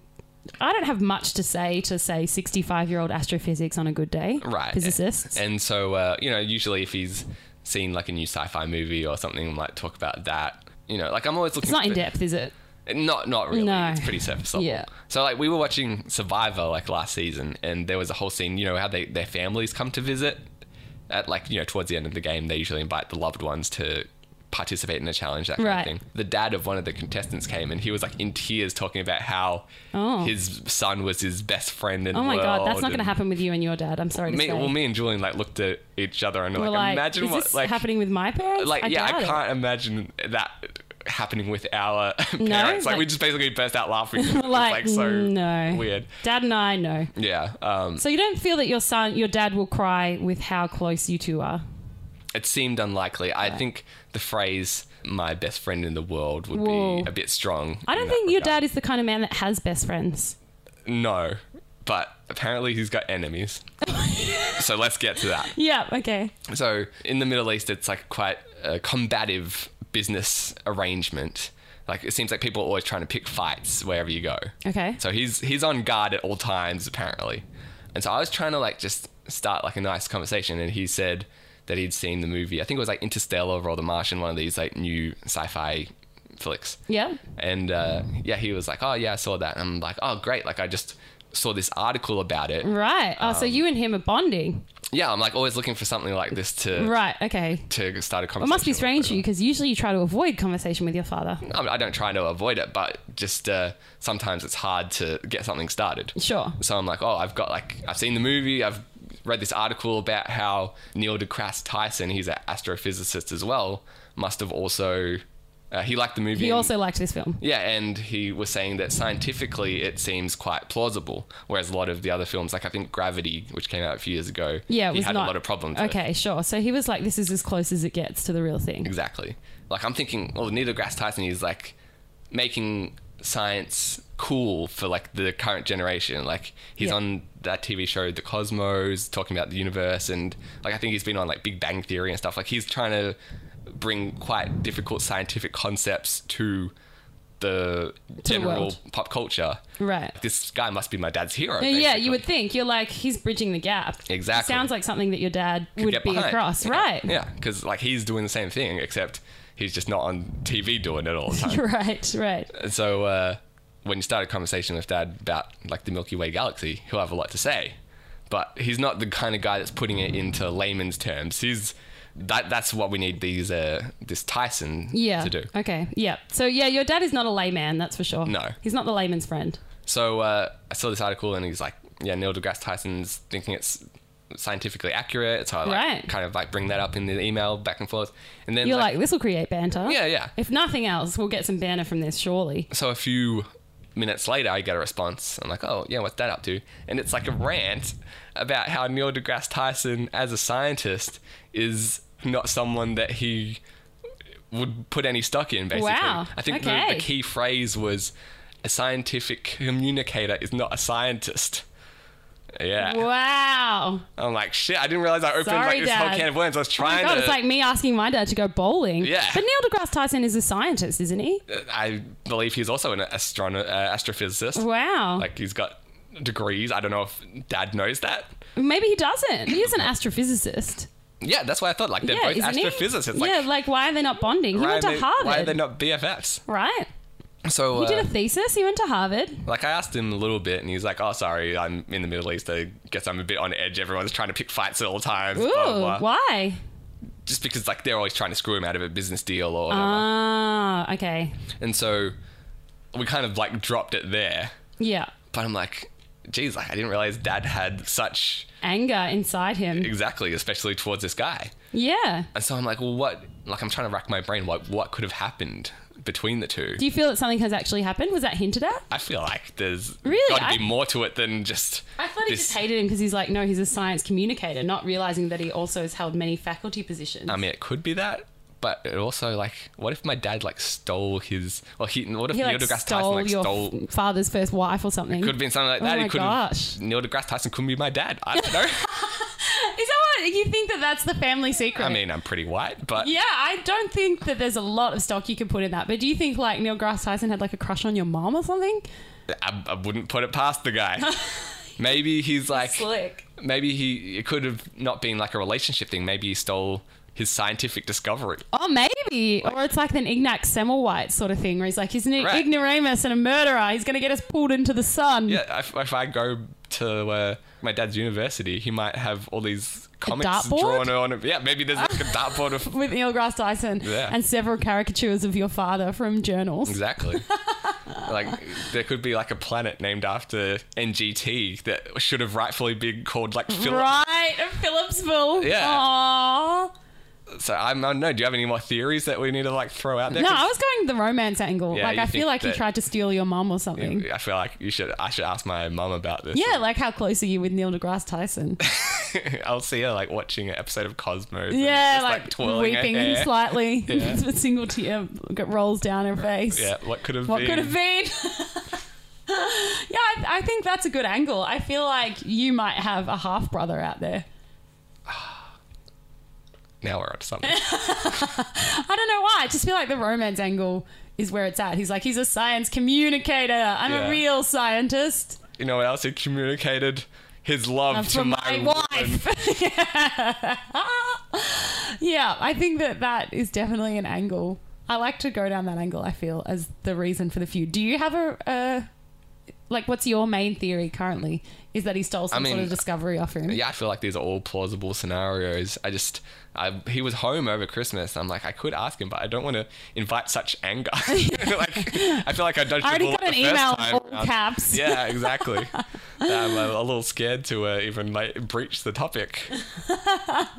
C: I don't have much to say to, say, 65 year old astrophysics on a good day.
B: Right.
C: Physicists.
B: And so, uh, you know, usually if he's seen like a new sci fi movie or something, I might talk about that. You know, like I'm always looking
C: it's not
B: for-
C: in depth, is it?
B: Not not really.
C: No.
B: It's pretty surface level.
C: Yeah.
B: So like we were watching Survivor like last season, and there was a whole scene. You know how they their families come to visit at like you know towards the end of the game, they usually invite the loved ones to participate in a challenge that kind
C: Right.
B: of thing. The dad of one of the contestants came, and he was like in tears talking about how
C: Oh.
B: his son was his best friend in
C: Oh
B: the
C: my
B: world.
C: God, that's not going to
B: and
C: happen with you and your dad. I'm sorry to
B: Me,
C: say.
B: well, me and Julian like looked at each other and were
C: We're
B: like,
C: like,
B: imagine
C: is
B: what
C: this
B: like
C: happening with my parents?
B: like yeah,
C: doubt
B: I
C: it.
B: can't imagine that happening with our *laughs* parents. Like, we
C: like-
B: just basically burst out
C: *laughs*
B: laughing. It's
C: like,
B: so
C: no
B: weird.
C: Dad and I know.
B: Yeah, um,
C: So you don't feel that your son, your dad, will cry with how close you two are.
B: it seemed unlikely. I think the phrase "my best friend in the world" would
C: Whoa.
B: be a bit strong.
C: I don't think your dad is the kind of man that has best friends.
B: No, but apparently he's got
C: *laughs*
B: enemies. so let's get to that.
C: Yeah. Okay.
B: So in the Middle East, it's like quite a combative business arrangement. Like it seems like people are always trying to pick fights wherever you go.
C: Okay.
B: So he's he's on guard at all times apparently. And so I was trying to like just start like a nice conversation and he said that he'd seen the movie. I think it was like Interstellar or The Martian, one of these like new sci-fi flicks.
C: yeah.
B: And uh, yeah, he was like, "Oh yeah, I saw that." And I'm like, "Oh great!" Like I just saw this article about it.
C: Right. Oh,
B: Um,
C: so you and him are bonding.
B: Yeah, I'm like always looking for something like this to
C: Right. Okay.
B: to start a conversation.
C: It must be
B: with.
C: strange to you because usually you try to avoid conversation with your father.
B: I, mean, I don't try to avoid it, but just uh, sometimes it's hard to get something started.
C: Sure.
B: So I'm like, oh, I've got like, I've seen the movie, I've read this article about how Neil deGrasse Tyson, he's an astrophysicist as well, must have also, uh, he liked the movie.
C: He
B: and-
C: also liked this film.
B: yeah, and he was saying that scientifically it seems quite plausible, whereas a lot of the other films, like I think Gravity, which came out a few years ago,
C: Yeah. It
B: he
C: was
B: had
C: not,
B: a lot of problems. with.
C: Okay. Sure. So he was like, "This is as close as it gets to the real thing."
B: Exactly. Like I'm thinking, well, Neil deGrasse Tyson is like making science cool for like the current generation. Like he's
C: Yeah.
B: on that TV show The Cosmos, talking about the universe, and like I think he's been on like Big Bang Theory and stuff. Like he's trying to bring quite difficult scientific concepts to the general
C: world.
B: pop culture.
C: Right.
B: This guy must be my dad's hero.
C: Yeah, you
B: basically.
C: would think you're like he's bridging the gap.
B: Exactly.
C: Sounds like something that your dad would
B: get
C: be
B: behind.
C: across,
B: Yeah.
C: right?
B: Yeah, because like he's doing the same thing, except he's just not on TV doing it
C: *laughs*
B: all the time.
C: Right, right.
B: And so uh, when you start a conversation with dad about like the Milky Way galaxy, he'll have a lot to say. But he's not the kind of guy that's putting it into layman's terms. He's that that's what we need these uh, this Tyson
C: Yeah.
B: to do.
C: Okay. Yeah. So yeah, your dad is not a layman, that's for sure.
B: No.
C: He's not the layman's friend.
B: So uh, I saw this article and he's like, yeah, Neil deGrasse Tyson's thinking it's scientifically accurate. So I like,
C: Right.
B: kind of like bring that up in the email back and forth. And then
C: You're like, this will create banter.
B: yeah, yeah.
C: If nothing else, we'll get some banter from this, surely.
B: So a few minutes later, I get a response. I'm like, oh, yeah, what's that up to? And it's like a rant about how Neil deGrasse Tyson, as a scientist, is not someone that he would put any stock in, basically.
C: Wow,
B: I think the,
C: okay.
B: the key phrase was a scientific communicator is not a scientist. Yeah.
C: Wow.
B: I'm like, shit, I didn't realize I opened
C: Sorry,
B: like this
C: Dad.
B: whole can of worms. I was
C: Oh my
B: trying
C: God,
B: to.
C: it's like me asking my dad to go bowling.
B: Yeah.
C: But Neil deGrasse Tyson is a scientist, isn't he?
B: I believe he's also an astrono- uh, astrophysicist.
C: Wow.
B: Like he's got degrees. I don't know if dad knows that.
C: Maybe he doesn't. He is an astrophysicist.
B: Yeah, that's why I thought like they're
C: yeah,
B: both
C: isn't he?
B: astrophysicists. Like,
C: yeah, like why are they not bonding? He
B: why,
C: went
B: are
C: to
B: they,
C: Harvard,
B: why are they not BFFs?
C: right?
B: So
C: He did
B: uh,
C: a thesis. He went to Harvard.
B: Like I asked him a little bit, and he's like, "Oh, sorry, I'm in the Middle East. I guess I'm a bit on edge. Everyone's trying to pick fights at all times.
C: Ooh,
B: blah, blah, blah."
C: why?
B: Just because like they're always trying to screw him out of a business deal or whatever.
C: Ah, okay.
B: and so we kind of like dropped it there.
C: Yeah,
B: But I'm like, geez, like I didn't realize Dad had such
C: anger inside him.
B: exactly, especially towards this guy.
C: Yeah.
B: And so I'm like, well, what? Like I'm trying to rack my brain. What what could have happened between the two?
C: Do you feel that something has actually happened? Was that hinted at?
B: I feel like there's
C: Really?
B: got
C: I-
B: to be more to it than just.
C: I thought he
B: this-
C: just hated him because he's like, no, he's a science communicator, not realizing that he also has held many faculty positions.
B: I mean, it could be that, but it also like, what if my dad like stole his? Well, he what if
C: he
B: Neil
C: like
B: deGrasse
C: stole
B: Tyson like
C: your
B: stole?
C: f- father's first wife or something.
B: could have been something like
C: Oh
B: that.
C: my
B: he could
C: gosh.
B: have Neil deGrasse Tyson couldn't be my dad. I
C: *laughs*
B: don't know.
C: Is that what you think that that's the family secret?
B: I mean, I'm pretty white, but
C: yeah, I don't think that there's a lot of stock you could put in that. But do you think like Neil Grass Tyson had like a crush on your mom or something?
B: I, I wouldn't put it past the
C: *laughs*
B: guy. maybe he's like,
C: Slick.
B: maybe he it could have not been like a relationship thing. Maybe he stole his scientific discovery.
C: Oh, maybe. or it's like an Ignac Semmelweis sort of thing, where he's like, he's an
B: Right.
C: ignoramus and a murderer. He's going to get us pulled into the sun.
B: Yeah, if, if I go to uh, my dad's university, he might have all these comics
C: dartboard?
B: drawn on him. Yeah, maybe there's like
C: *laughs*
B: a dartboard of
C: With Neil Grass Tyson
B: Yeah.
C: and several caricatures of your father from journals.
B: Exactly. like there could be like a planet named after NGT that should have rightfully been called like Philip.
C: Right, Phillipsville.
B: Yeah.
C: Aww.
B: So I'm, I don't know. Do you have any more theories that we need to like throw out there?
C: No,
B: 'Cause
C: I was going the romance angle.
B: Yeah,
C: like,
B: you
C: I
B: think
C: feel like he
B: that-
C: tried to steal your mum or something.
B: I feel like you should. I should ask my mum about this.
C: Yeah, like how close are you with Neil deGrasse Tyson?
B: *laughs* I'll see her like watching an episode of Cosmos. and
C: Yeah,
B: just,
C: like,
B: twirling her
C: weeping
B: hair. *laughs*
C: slightly. *laughs* a single tear g- rolls down her face.
B: Yeah, what could have
C: What
B: been?
C: could have been? *laughs* yeah, I, I think that's a good angle. I feel like you might have a half brother out there.
B: Now we're onto something.
C: I don't know why. I just feel like the romance angle is where it's at. He's like, he's a science communicator. I'm
B: Yeah.
C: a real scientist.
B: you know what else? He communicated his love
C: Uh,
B: to
C: from my,
B: woman.
C: wife. *laughs* yeah, I think that that is definitely an angle. I like to go down that angle. I feel as the reason for the feud. Do you have a, a like? What's your main theory currently? Is that he stole some
B: mean,
C: sort of discovery off him?
B: yeah, I feel like these are all plausible scenarios. I just, I, he was home over Christmas. I'm like, I could ask him, but I don't want to invite such anger. *laughs* like, I feel like I dodged
C: I already
B: the
C: got
B: bullet
C: an
B: the first
C: email
B: time
C: all
B: around.
C: caps. *laughs*
B: Yeah, exactly. Um, I'm a, a little scared to uh, even like breach the topic. but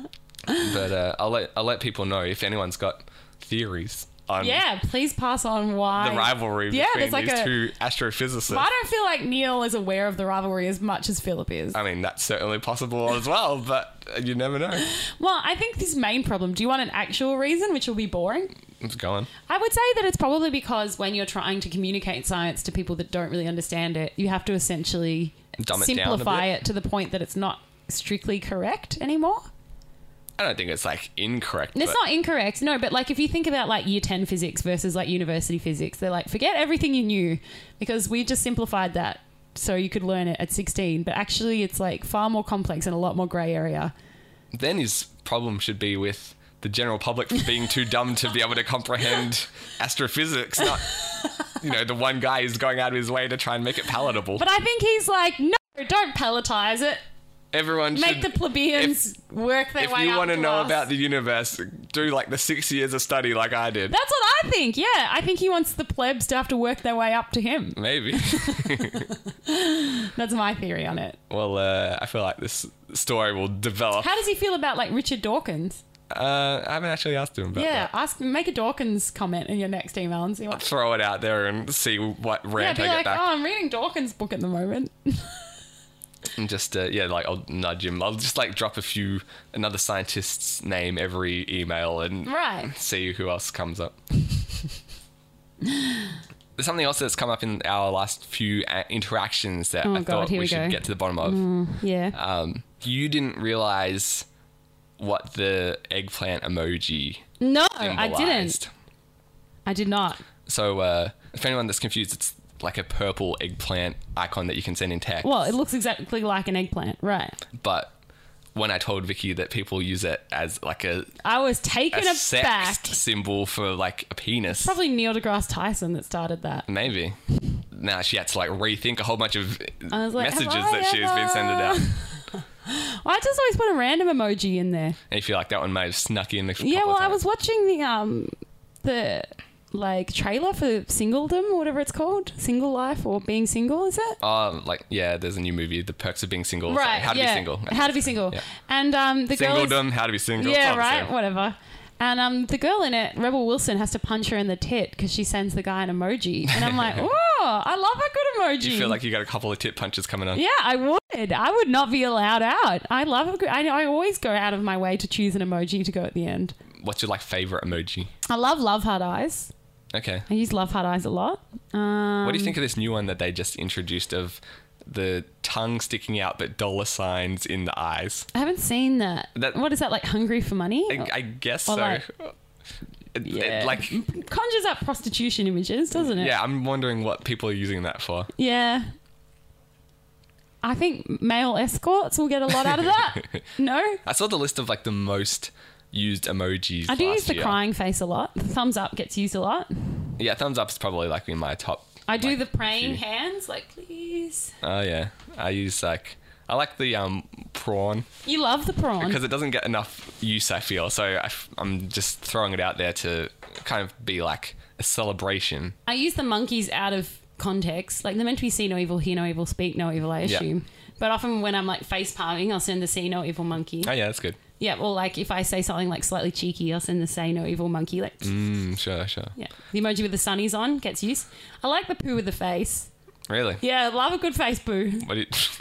B: uh, I'll let I'll let people know if anyone's got theories on
C: Yeah, please pass on why
B: the rivalry
C: Yeah,
B: between
C: there's like
B: these
C: a.
B: two astrophysicists.
C: I don't feel like Neil is aware of the rivalry as much as Philip is.
B: I mean, that's certainly possible as well, *laughs* but uh, you never know.
C: Well, I think this main problem. Do you want an actual reason, which will be boring?
B: It's going.
C: I would say that it's probably because when you're trying to communicate science to people that don't really understand it, you have to essentially
B: Dumb it down a
C: simplify
B: bit.
C: it to the point that it's not strictly correct anymore.
B: I don't think it's like incorrect.
C: And it's
B: but-
C: not incorrect, no, but like if you think about like year 10 physics versus like university physics, they're like, forget everything you knew because we just simplified that so you could learn it at 16. But actually, it's like far more complex and a lot more grey area.
B: then his problem should be with the general public for being too dumb to be able to
C: *laughs*
B: comprehend astrophysics, not you know the one guy who's going out of his way to try and make it palatable.
C: But I think he's like, no, don't palletize it.
B: Everyone
C: Make
B: should.
C: the plebeians work their
B: if
C: way
B: you
C: up
B: want to know
C: us.
B: about the universe, do like the six years of study like I did.
C: That's what I think. Yeah, I think he wants the plebs to have to work their way up to him. *laughs*
B: Maybe.
C: That's my theory on it.
B: well, uh, I feel like this story will develop.
C: How does he feel about like Richard Dawkins?
B: Uh, I haven't actually asked him about
C: Yeah,
B: that.
C: ask make a Dawkins comment in your next email and see what.
B: Throw it out there and see what
C: *laughs* Yeah,
B: rant
C: be
B: I get
C: like,
B: back.
C: oh, I'm reading Dawkins' book at the moment. *laughs*
B: And just uh, yeah, like I'll nudge him. I'll just like drop a few another scientist's name every email and
C: Right.
B: see who else comes up. *laughs* There's something else that's come up in our last few uh, interactions that
C: Oh,
B: I
C: God,
B: thought
C: here
B: we,
C: we
B: should
C: go. Mm.
B: get to the bottom of.
C: Yeah.
B: Um, you didn't realize what the eggplant emoji
C: no, I
B: symbolized.
C: didn't. I did not.
B: So uh, if anyone that's confused, it's like a purple eggplant icon that you can send in text.
C: Well, it looks exactly like an eggplant, right?
B: but when I told Vicky that people use it as like a,
C: I was
B: a
C: taken aback.
B: sex symbol for like a penis.
C: Probably Neil deGrasse Tyson that started that.
B: Maybe. Now she had to like rethink a whole bunch of
C: I was like,
B: messages
C: "Have I
B: that she's been sending
C: ever?"
B: out.
C: I just always put a random emoji in there.
B: And you feel like that one may have snuck in. A couple
C: Yeah,
B: of
C: well, I
B: times.
C: was watching the um the like trailer for Singledom or whatever it's called, Single Life or Being Single, is it?
B: Oh, like yeah, there's a new movie, The Perks of Being Single. It's like,
C: right.
B: how to
C: yeah.
B: be single.
C: How to be single.
B: Yeah.
C: And um the girl is-
B: Singledom, how to be single.
C: Yeah,
B: Oh,
C: right.
B: sorry.
C: Whatever. And um, the girl in it, Rebel Wilson, has to punch her in the tit because she sends the guy an emoji, and I'm
B: *laughs*
C: like, oh, I love a good emoji.
B: You feel like you got a couple of tit punches coming on.
C: Yeah, I would. I would not be allowed out. I love a good. I, I always go out of my way to choose an emoji to go at the end.
B: What's your like favorite emoji?
C: I love love heart eyes.
B: Okay.
C: I use love heart eyes a lot. Um,
B: What do you think of this new one that they just introduced of the tongue sticking out but dollar signs in the eyes?
C: I haven't seen that.
B: That-
C: What is that like? Hungry for money?
B: I, I guess
C: Or
B: so.
C: Oh. like-
B: It- it,
C: yeah.
B: like
C: conjures up prostitution images, doesn't it?
B: yeah, I'm wondering what people are using that for.
C: Yeah. I think male escorts will get a lot out
B: *laughs*
C: of that. no?
B: I saw the list of like the most used emojis.
C: I do
B: last
C: use the
B: year.
C: crying face a lot. The thumbs up gets used a lot.
B: Yeah, thumbs up is probably like in my top.
C: I do
B: like,
C: the praying
B: few.
C: hands, like please.
B: Oh yeah, I use like I like the um prawn
C: You love the prawn.
B: because it doesn't get enough use. I feel so I, am just throwing it out there to kind of be like a celebration.
C: I use the monkeys out of context. Like they're meant to be see no evil, hear no evil, speak no evil, I
B: Yeah.
C: assume. But often when I'm like face palming, I'll send the see no evil monkey.
B: Oh yeah, that's good.
C: yeah, or like if I say something like slightly cheeky, I'll send the say no evil monkey. Like
B: Mm, sure, sure.
C: yeah. The emoji with the sunnies on gets used. I like the poo with the face.
B: Really?
C: Yeah, love a good face boo.
B: What do you *laughs*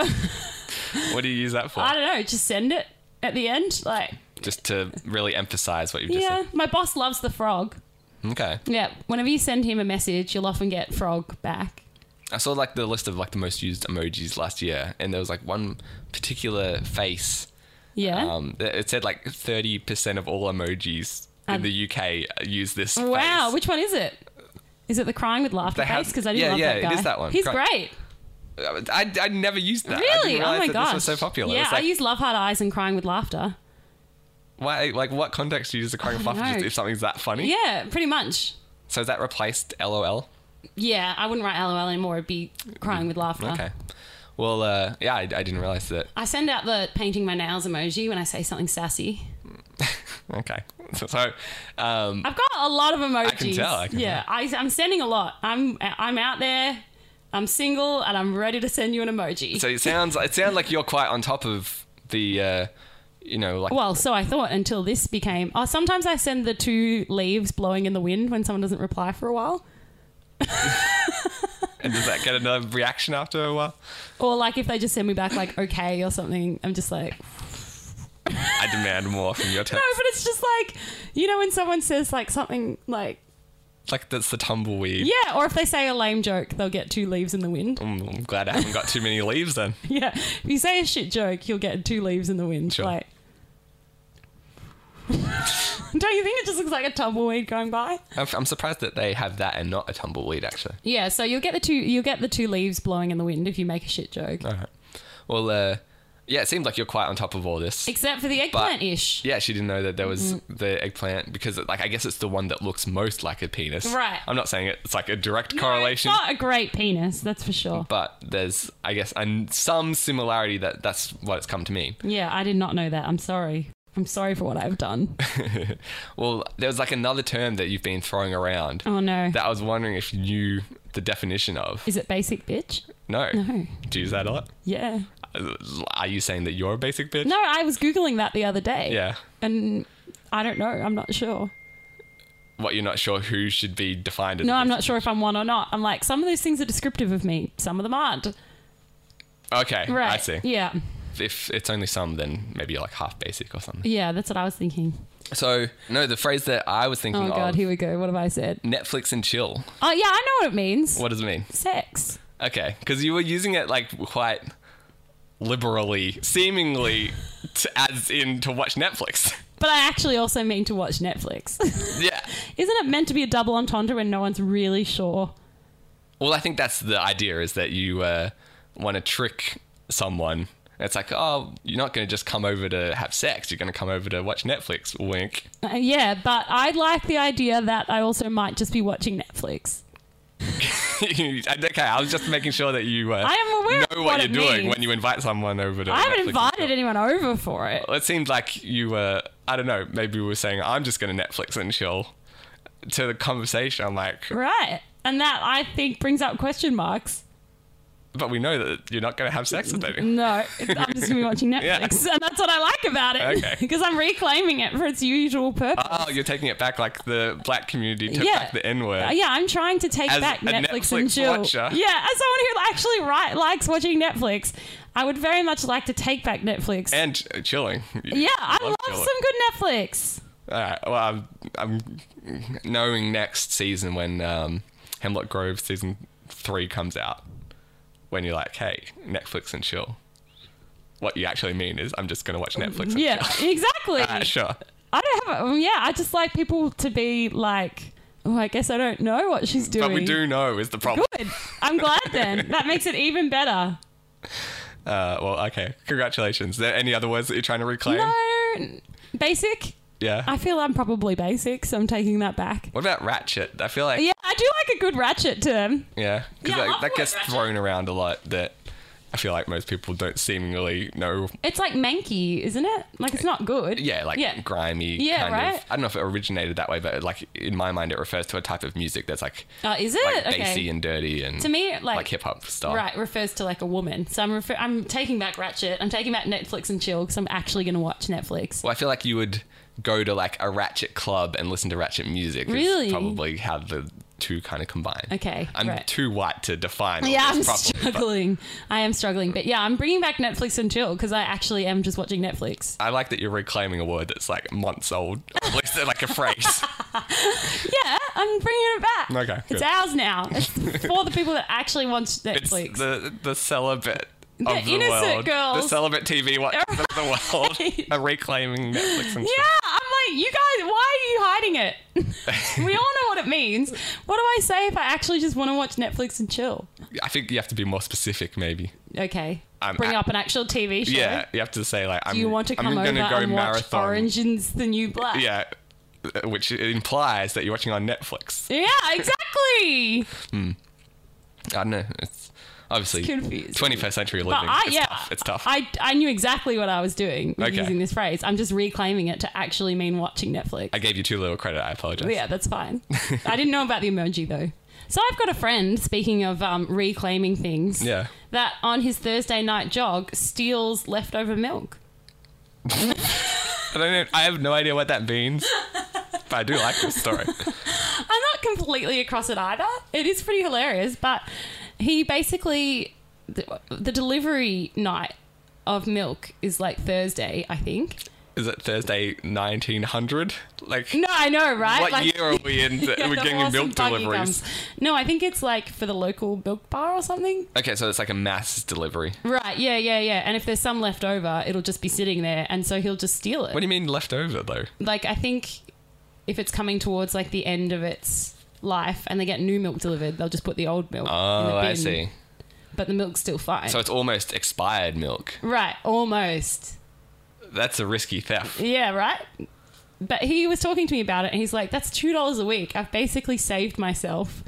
B: What do you use that for?
C: I don't know, just send it at the end. Like,
B: Just to really emphasize what you've just
C: yeah, my boss loves the frog.
B: said. Okay.
C: Yeah, whenever you send him a message, you'll often get frog back.
B: I saw like the list of like the most used emojis last year, and there was like one particular face.
C: Yeah.
B: Um, th- it said like thirty percent of all emojis
C: Um,
B: in the UK use this.
C: wow,
B: face.
C: which one is it? Is it the crying with laughter
B: They have-
C: face? Because I do
B: yeah,
C: love
B: yeah,
C: that
B: it
C: guy.
B: is that one.
C: He's
B: Great.
C: great.
B: I, I never used that. I
C: Really?
B: didn't
C: Oh
B: realize
C: my
B: that
C: gosh.
B: This was so popular.
C: Yeah,
B: It's like,
C: I use love hard eyes and crying with laughter.
B: why? Like, what context do you use the crying of
C: don't
B: laughter just
C: know.
B: if something's that funny?
C: Yeah, pretty much.
B: So is that replaced LOL?
C: Yeah, I wouldn't write LOL anymore. It'd be crying with laughter.
B: Okay. Well, uh, yeah, I, I didn't realize that. *laughs*
C: I send out the painting my nails emoji when I say something sassy.
B: Okay. So, so um,
C: I've got a lot of emojis.
B: can tell, I can
C: yeah, I, I'm sending a lot. I'm I'm out there. I'm single and I'm ready to send you an emoji.
B: so it sounds it sounds like you're quite on top of the, uh, you know, like
C: well, so I thought until this became. Oh, sometimes I send the two leaves blowing in the wind when someone doesn't reply for a while,
B: and does that get another reaction after a while?
C: or like if they just send me back like okay or something. I'm just like *laughs*
B: I demand more from your
C: no,
B: text.
C: but it's just like you know when someone says like something like
B: Like that's the tumbleweed.
C: yeah, or if they say a lame joke, they'll get two leaves in the wind.
B: Mm, I'm glad I haven't got too many leaves then.
C: *laughs* Yeah, if you say a shit joke, you'll get two leaves in the wind.
B: Sure.
C: Like, *laughs* don't you think it just looks like a tumbleweed going by?
B: I'm, I'm surprised that they have that and not a tumbleweed actually.
C: Yeah, so you'll get the two you'll get the two leaves blowing in the wind if you make a shit joke,
B: All right. Well, uh, yeah, it seems like you're quite on top of all this.
C: except for the eggplant ish.
B: yeah, she didn't know that there was
C: Mm-hmm.
B: the eggplant because, like, I guess it's the one that looks most like a penis.
C: Right.
B: I'm not saying it, it's like a direct correlation,
C: not a great penis, that's for sure.
B: but there's, I guess, an, some similarity that that's what it's come to me.
C: Yeah, I did not know that. I'm sorry. I'm sorry for what
B: *laughs*
C: I've done.
B: well, there was like another term that you've been throwing around
C: Oh no.
B: that I was wondering if you knew the definition of.
C: Is it basic bitch?
B: No.
C: No.
B: Do you use that a lot?
C: Yeah.
B: Are you saying that you're a basic bitch?
C: No, I was googling that the other day.
B: Yeah.
C: And I don't know. I'm not sure.
B: What, you're not sure who should be defined as
C: No,
B: a
C: I'm
B: basic
C: not sure if I'm one or not. I'm like, some of those things are descriptive of me, some of them aren't.
B: Okay,
C: Right.
B: I see.
C: Yeah.
B: If it's only some, then maybe you're like half basic or something.
C: Yeah, that's what I was thinking.
B: So, no, the phrase that I was thinking
C: Oh, God,
B: of
C: here we go. What have I said?
B: Netflix and chill.
C: Oh, yeah, I know what it means.
B: What does it mean?
C: Sex.
B: Okay, because you were using it like quite liberally, seemingly to, as in to watch Netflix. *laughs*
C: But I actually also mean to watch Netflix. *laughs*
B: yeah.
C: Isn't it meant to be a double entendre when no one's really sure?
B: Well, I think that's the idea is that you uh, want to trick someone And it's like, oh, you're not going to just come over to have sex. You're going to come over to watch Netflix. Wink. *laughs*
C: Uh, yeah, but I like the idea that I also might just be watching Netflix.
B: okay, I was just making sure that you uh,
C: I am aware
B: know
C: of
B: what,
C: what
B: you're
C: it
B: doing
C: means.
B: when you invite someone over to.
C: I
B: Netflix
C: haven't
B: and
C: invited
B: stuff.
C: anyone over for it.
B: Well, it seemed like you were. I don't know. Maybe we were saying I'm just going to Netflix and chill. To the conversation, I'm like,
C: Right. And that I think brings up question marks.
B: but we know that you're not going to have sex with anyone.
C: No, it's- I'm just gonna be watching Netflix,
B: *laughs* Yeah.
C: and that's what I like about it. *laughs*
B: Okay.
C: Because I'm reclaiming it for its usual purpose.
B: Oh, you're taking it back like the black community took
C: Yeah.
B: back the N word.
C: Uh, yeah, I'm trying to take
B: As
C: back
B: a
C: Netflix,
B: Netflix
C: and chill.
B: watcher.
C: Yeah, as someone who actually right, likes watching Netflix, I would very much like to take back Netflix.
B: And uh, chilling.
C: yeah, I love,
B: chilling.
C: some good Netflix.
B: All right. Well, I'm, I'm knowing next season when um, Hemlock Grove season three comes out. When you're like, hey, Netflix and chill. What you actually mean is, I'm just going to watch Netflix. And
C: Mm, Yeah,
B: Chill.
C: exactly.
B: Alright, Ah, *laughs* sure.
C: I don't have. Um, yeah, I just like people to be like. Oh, I guess I don't know what she's doing.
B: But we do know is the problem.
C: Good. I'm glad then. That makes it
B: *laughs*
C: even better.
B: Uh, well, okay. Congratulations. There any other words that you're trying to reclaim?
C: No, basic.
B: Yeah.
C: I feel I'm probably basic, so I'm taking that back.
B: what about ratchet? I feel like
C: Yeah, I do like a good ratchet term.
B: Yeah, because
C: Yeah, I
B: that,
C: love
B: that
C: the
B: gets
C: word ratchet.
B: thrown around a lot. That I feel like most people don't seemingly know.
C: It's like manky, isn't it? Like it's not good.
B: Yeah, like
C: yeah,
B: grimy.
C: Yeah,
B: kind
C: right.
B: Of, I don't know if it originated that way, but like in my mind, it refers to a type of music that's like
C: Oh, is it
B: like
C: okay?
B: bassy and dirty and
C: to me, like,
B: hip hop style.
C: Right, refers to like a woman. So I'm refer- I'm taking back ratchet. I'm taking back Netflix and chill because I'm actually going to watch Netflix.
B: Well, I feel like you would go to like a ratchet club and listen to ratchet music. is
C: Really?
B: probably how the two kind of combine.
C: Okay,
B: I'm
C: right.
B: too white to define. all
C: *laughs* Yeah, I'm
B: this properly, but
C: struggling. I am struggling, but yeah, I'm bringing back Netflix and chill because I actually am just watching Netflix.
B: I like that you're reclaiming a word that's like months
C: *laughs*
B: old, at least like a phrase.
C: Yeah, I'm bringing it back.
B: Okay,
C: it's
B: good.
C: ours now.
B: *laughs*
C: It's for the people that actually watch
B: It's
C: Netflix.
B: the the celibate of the
C: innocent
B: world, the
C: girls.
B: celibate TV watchers of
C: *laughs*
B: the world
C: Right.
B: are reclaiming Netflix and
C: Yeah, I'm like, you guys, why are you hiding it? *laughs* we all know what it means. What do I say if I actually just want to watch Netflix and chill?
B: stuff. I think you have to be more specific, maybe.
C: Okay.
B: I'm
C: Bring
B: a-
C: up an actual TV show.
B: Yeah, you have to say like, I'm,
C: Do you want to come
B: I'm
C: over
B: gonna go
C: and watch
B: marathon.
C: Orange is the New Black?
B: Yeah, uh, which implies that you're watching on Netflix.
C: Yeah,
B: *laughs*
C: exactly.
B: I don't know. It's obviously
C: confusing.
B: 21st century living.
C: But I,
B: it's
C: yeah,
B: tough. It's tough.
C: I, I knew exactly what I was doing with
B: Okay.
C: using this phrase. I'm just reclaiming it to actually mean watching Netflix.
B: I gave you too little credit. I apologize.
C: Yeah, that's
B: *laughs*
C: fine. I didn't know about the emoji though. So I've got a friend. Speaking of um, reclaiming things,
B: Yeah.
C: that on his Thursday night jog steals leftover milk.
B: I don't know. I have no idea what that means, but I do like this
C: *laughs*
B: story.
C: I'm not completely across it either. It is pretty hilarious, but he basically the, the delivery night of milk is like Thursday, I think.
B: Is it Thursday 1900? Like
C: No, I know, right?
B: What
C: Like-
B: year
C: *laughs*
B: are we in? That
C: Yeah,
B: we're
C: the
B: getting
C: horse
B: milk
C: and buggy
B: deliveries.
C: comes. No, I think it's like for the local milk bar or something.
B: Okay, so it's like a mass delivery.
C: Right, yeah, yeah, yeah. And if there's some left over, it'll just be sitting there, and so he'll just steal it.
B: What do you mean left over though?
C: like, I think if it's coming towards like the end of its life and they get new milk delivered, they'll just put the old milk. in the
B: Oh,
C: bin,
B: I see.
C: But the milk's still fine.
B: So it's almost expired milk.
C: right, almost.
B: That's a risky theft.
C: Yeah, right? But he was talking to me about it, and he's like, that's $2 a week. I've basically saved myself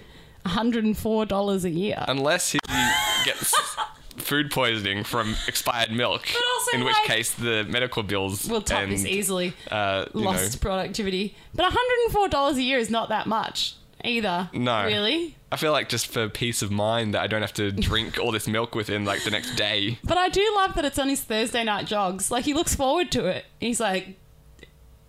C: $104 a year.
B: Unless he gets food poisoning from expired milk,
C: also,
B: in which
C: like-
B: case the medical bills
C: We'll top
B: and
C: this easily.
B: uh, you know,
C: Lost productivity. But $104 a year is not that much either.
B: No.
C: Really?
B: I feel like just for peace of mind that I don't have to drink all this milk within like the next day.
C: But I do love that it's on his Thursday night jogs. Like he looks forward to it. He's like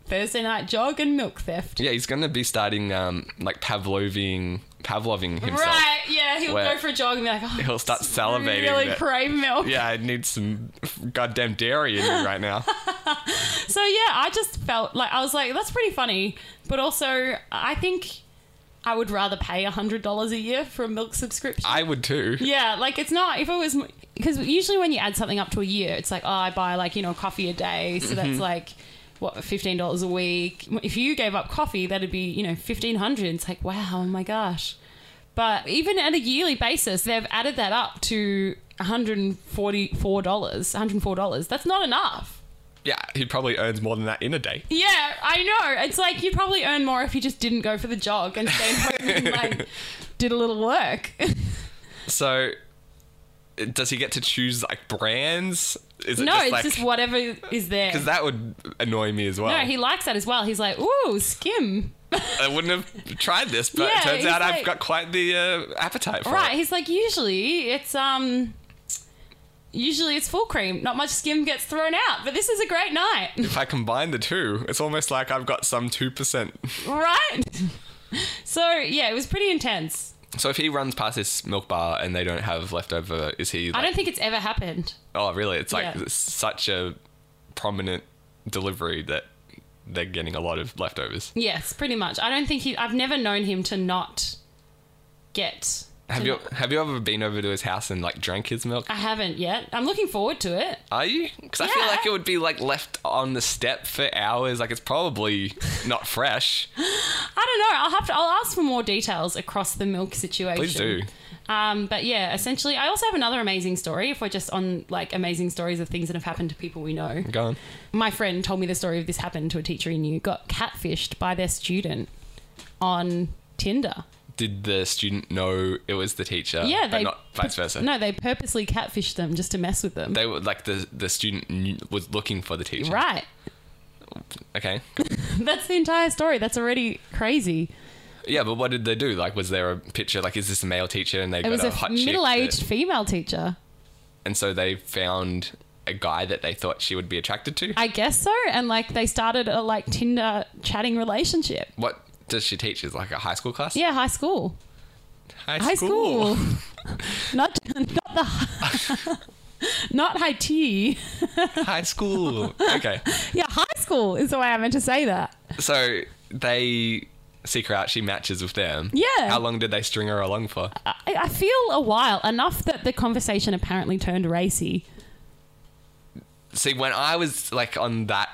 C: Thursday night jog and milk theft.
B: Yeah, he's gonna be starting um, like Pavlovian Pavloving himself.
C: Right, yeah, he'll
B: Where-
C: go for a jog and be like, oh,
B: He'll start
C: just
B: salivating
C: Really
B: that-
C: crave milk.
B: Yeah, I need some goddamn dairy in me right now.
C: So yeah, I just felt like I was like, that's pretty funny. But also, I think I would rather pay hundred dollars a year for a milk subscription.
B: I would too.
C: Yeah, like it's not if it was because usually when you add something up to a year, it's like oh, I buy like you know coffee a day, so that's like what fifteen dollars a week. If you gave up coffee, that'd be you know fifteen hundred. It's like wow, oh my gosh. But even at a yearly basis, they've added that up to $144, $104. That's not enough.
B: Yeah, he probably earns more than that in a day.
C: Yeah, I know. It's like you'd probably earn more if you just didn't go for the jog and stayed home and *laughs* like did a little work.
B: So, does he get to choose like brands? Is
C: *laughs* no, it's just whatever is there.
B: because that would annoy me as well.
C: no, he likes that as well. He's like, ooh, skim. *laughs*
B: I wouldn't have tried this, but
C: Yeah,
B: it turns
C: he's
B: out I've
C: like-
B: got quite the uh, appetite for
C: Right.
B: it.
C: He's like, usually it's um usually it's full cream. Not much skim gets thrown out, but this is a great night. *laughs*
B: If I combine the two, it's almost like I've got some two percent.
C: right? *laughs* so yeah, it was pretty intense.
B: So if he runs past this milk bar and they don't have leftover, is he?
C: I
B: Like,
C: don't think it's ever happened.
B: oh, really? It's like
C: Yeah.
B: such a prominent delivery that they're getting a lot of leftovers.
C: Yes, pretty much. I don't think he I've never known him to not get
B: Have
C: to
B: you
C: not-
B: have you ever been over to his house and like drank his milk?
C: I haven't yet. I'm looking forward to it.
B: Are you? Because I feel
C: Yeah.
B: like it would be like left on the step for hours. Like it's probably not
C: *laughs*
B: fresh.
C: I don't know. I'll have to. I'll ask for more details across the milk situation.
B: Please do.
C: Um, but yeah, essentially, I also have another amazing story. If we're just on like amazing stories of things that have happened to people we know,
B: Go on.
C: my friend told me the story of this happened to a teacher he knew got catfished by their student on Tinder.
B: Did the student know it was the teacher?
C: yeah,
B: Oh, but
C: they
B: not vice versa.
C: No, they purposely catfished them just to mess with them.
B: They were like the the student knew, was looking for the teacher.
C: *laughs* right.
B: Okay.
C: That's the entire story. That's already crazy.
B: Yeah, but what did they do? Like, was there a picture? Like, is this a male teacher? And they
C: It
B: got
C: was
B: a,
C: a
B: hot chick
C: middle-aged
B: that-
C: female teacher.
B: and so they found a guy that they thought she would be attracted to.
C: I guess so. And like they started a like Tinder chatting relationship.
B: what does she teach? Is it like a high school class?
C: Yeah, high school. High school. not not the *laughs* hi- not high tea.
B: *laughs* high school. Okay.
C: Yeah, high school is the way I meant to say that.
B: So they seek her out. She matches with them.
C: Yeah.
B: How long did they string her along for?
C: I, I feel a while enough that the conversation apparently turned racy.
B: See, when I was like on that,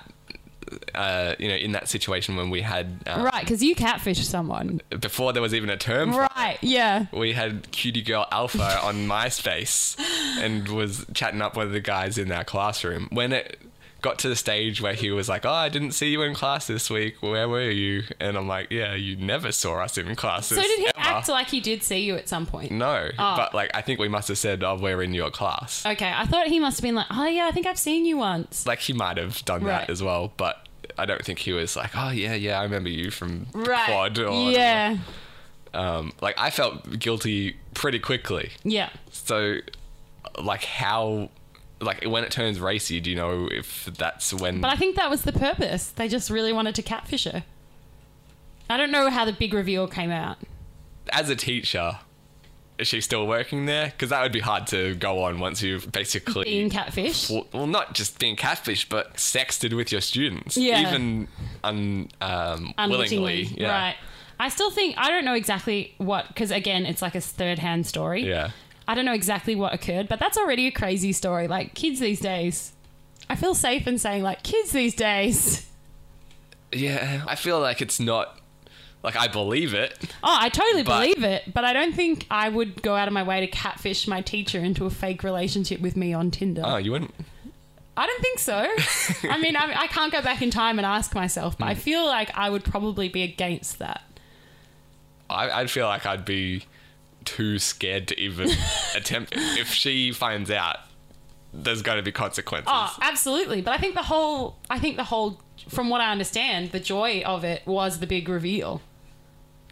B: uh, you know, in that situation when we had uh,
C: Right, because you catfished someone.
B: before there was even a term. for
C: Right. Yeah.
B: we had Cutie Girl Alpha on MySpace and was chatting up with the guys in our classroom. When it got to the stage where he was like, Oh, I didn't see you in class this week. Where were you? And I'm like, Yeah, you never saw us in classes.
C: So did he
B: ever." Mm.
C: act Oh. like he did see you at some point?
B: No. But like, I think we must have said, Oh, we're in your class.
C: Okay, I thought he must have been like, oh yeah, I think I've seen you once.
B: Like, he might have done
C: Right.
B: that as well. But I don't think he was like, Oh, yeah, yeah, I remember you from the
C: Right.
B: quad. Or
C: yeah.
B: Um, like, I felt guilty pretty quickly.
C: Yeah.
B: So, like, how, like, when it turns racy, do you know if that's when?
C: But I think that was the purpose. They just really wanted to catfish her. I don't know how the big reveal came out.
B: as a teacher, is she still working there? Because that would be hard to go on once you've basically
C: Being catfished.
B: Well, well, not just being catfished, but sexted with your students,
C: Yeah.
B: even un, um,
C: unwittingly,
B: willingly, yeah.
C: right? I still think I don't know exactly what because again, it's like a third-hand story.
B: Yeah.
C: I don't know exactly what occurred, but that's already a crazy story. Like kids these days, I feel safe in saying like kids these days. *laughs*
B: Yeah. I feel like it's not like I believe it.
C: Oh, I totally
B: But-
C: believe it, but I don't think I would go out of my way to catfish my teacher into a fake relationship with me on Tinder.
B: Oh, you wouldn't.
C: I don't
B: *laughs*
C: think so. I mean, I, I can't go back in time and ask myself, but
B: Hmm.
C: I feel like I would probably be against that.
B: I, I'd feel like I'd be too scared to *laughs* even attempt it. If she finds out, there's going to be consequences.
C: Oh, absolutely. But I think the whole, I think the whole, from what I understand, the joy of it was the big reveal.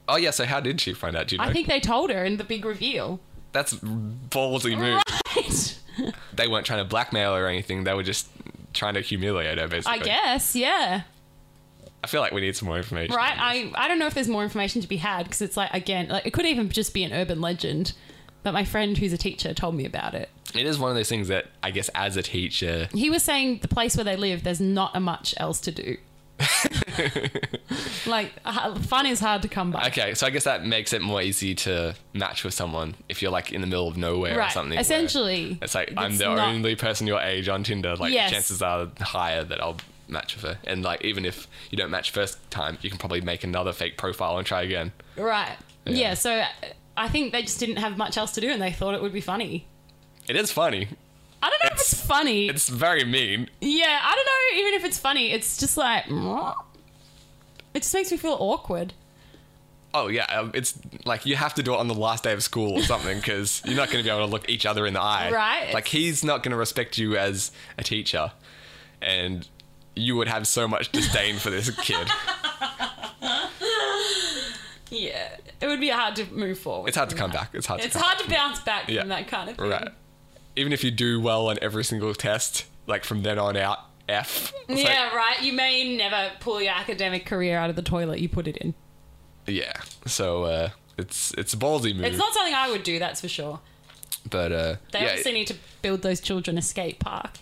B: Oh, yeah. So how did she find out? Do you know?
C: I think they told her in the big reveal.
B: That's ballsy move.
C: Right.
B: They weren't trying to blackmail her or anything. They were just trying to humiliate her, basically.
C: I guess, yeah.
B: I feel like we need some more information.
C: Right. I, I don't know if there's more information to be had because it's like again, like it could even just be an urban legend. But my friend, who's a teacher, told me about it.
B: It is one of those things that I guess as a teacher,
C: He was saying the place where they live, there's not a much else
B: *laughs*
C: to do. like h- fun is hard to come by.
B: okay, so I guess that makes it more easy to match with someone if you're like in the middle of nowhere or
C: Right.
B: something. where
C: Essentially,
B: It's like I'm
C: it's
B: the
C: not-
B: only person your age on Tinder. Like
C: Yes.
B: chances are higher that I'll match with her. And like even if you don't match first time, you can probably make another fake profile and try again.
C: Right. Yeah. so uh, I think they just didn't have much else to do and they thought it would be funny.
B: It is funny.
C: I don't know if it's funny.
B: It's very mean.
C: yeah, I don't know even if it's funny. It's just like, "Mwah." it just makes me feel awkward.
B: Oh yeah, um, it's like you have to do it on the last day of school or something because you're not going to be able to look each other in the eye.
C: Right.
B: Like he's not going to respect you as a teacher, and you would have so much disdain for this kid.
C: Yeah, it would be hard to move forward.
B: It's hard to come back. It's hard.
C: It's
B: to come
C: hard to bounce back
B: Yeah.
C: from that kind of thing.
B: Right. Even if you do well on every single test, like from then on out, F. It's like-
C: Yeah, right. You may never pull your academic career out of the toilet you put it in.
B: yeah. So uh, it's it's a ballsy move,
C: It's not something I would do, that's for sure.
B: but uh,
C: They
B: yeah,
C: obviously need to build those children a skate park.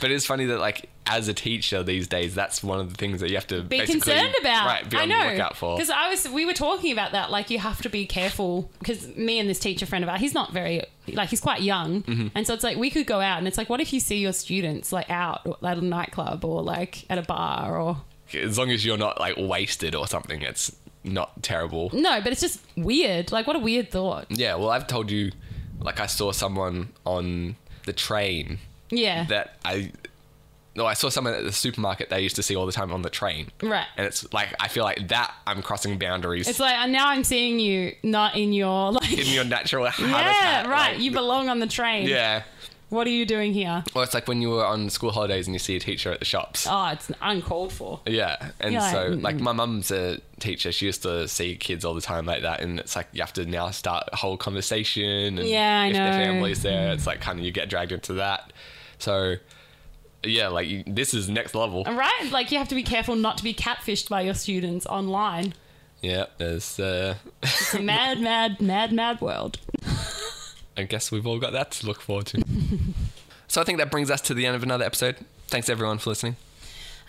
B: But it's funny that like as a teacher these days, that's one of the things that you have to
C: Be
B: basically-
C: concerned about.
B: Right, be on
C: I know.
B: the lookout for.
C: Because I was, we were talking about that. Like, you have to be careful. Because me and this teacher friend of ours, he's not very, like, he's quite young,
B: Mm-hmm.
C: and so it's like we could go out, and it's like, what if you see your students like out at a nightclub or like at a bar or
B: As long as you're not like wasted or something, it's not terrible.
C: no? But it's just weird. Like, what a weird thought.
B: Yeah. Well, I've told you, like I saw someone on the train
C: Yeah.
B: that I. No, I saw someone at the supermarket that I used to see all the time on the train.
C: Right.
B: And it's like, I feel like that I'm crossing boundaries
C: It's like and now I'm seeing you not in your *laughs* like
B: in your natural habitat.
C: yeah right.
B: like,
C: you
B: th-
C: belong on the train.
B: Yeah.
C: What are you doing here?
B: Well, it's like when you were on school holidays and you see a teacher at the shops.
C: Oh, it's uncalled for.
B: Yeah, and
C: You're like,
B: so
C: "Mm-mm."
B: like my mum's a teacher. She used to see kids all the time like that, and it's like you have to now start a whole conversation. And
C: Yeah, I
B: if
C: know. Mm-hmm.
B: their family's there, it's like kind of you get dragged into that. So yeah, like you, this is next level.
C: Right? Like you have to be careful not to be catfished by your students online.
B: Yeah, there's. Uh,
C: It's a mad, mad, mad, mad world.
B: I guess we've all got that to look forward to. so I think that brings us to the end of another episode. Thanks everyone for listening.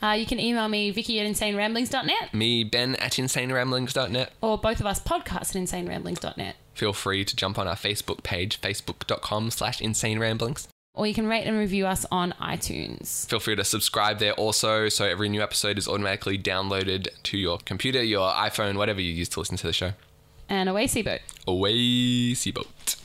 C: Uh, you can email me, Vicky at insaneramblings.net,
B: Me, Ben at insaneramblings.net.
C: or both of us podcast at insaneramblings.net.
B: Feel free to jump on our Facebook page, facebook.com slash insane ramblings.
C: Or you can rate and review us on iTunes.
B: Feel free to subscribe there also, so every new episode is automatically downloaded to your computer, your iPhone, whatever you use to listen to the show.
C: And away, Seaboat.
B: Away, Seaboat.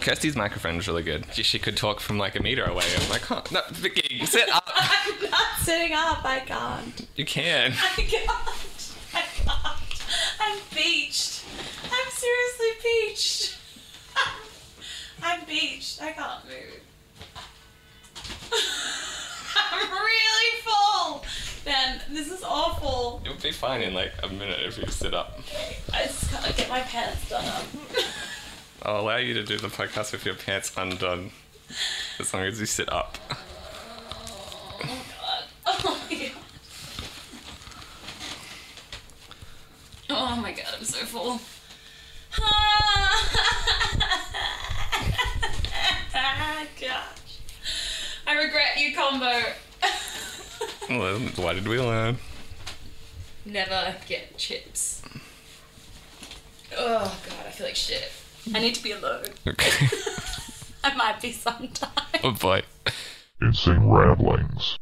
B: Kirsty's microphone is really good. She- She could talk from like a meter away. I'm like, huh? No, Vicky, sit up.
A: I'm not sitting up. I can't.
B: You can.
A: *laughs* I can't. I can't. I'm beached. I'm seriously beached. *laughs* I'm beached. I can't move. *laughs* I'm really full. Ben, this is awful.
B: You'll be fine in like a minute if you sit up.
A: I just gotta get my pants done up.
B: I'll allow you to do the podcast with your pants undone, as long as you sit up. *laughs*
A: Oh my god. Oh my god, I'm so full. Gosh. I regret you combo.
B: Well, why did we learn?
A: Never get chips. Oh god, I feel like shit. I need to be alone.
B: Okay. *laughs*
A: I might be sometime.
B: oh boy.
E: Insane Ramblings.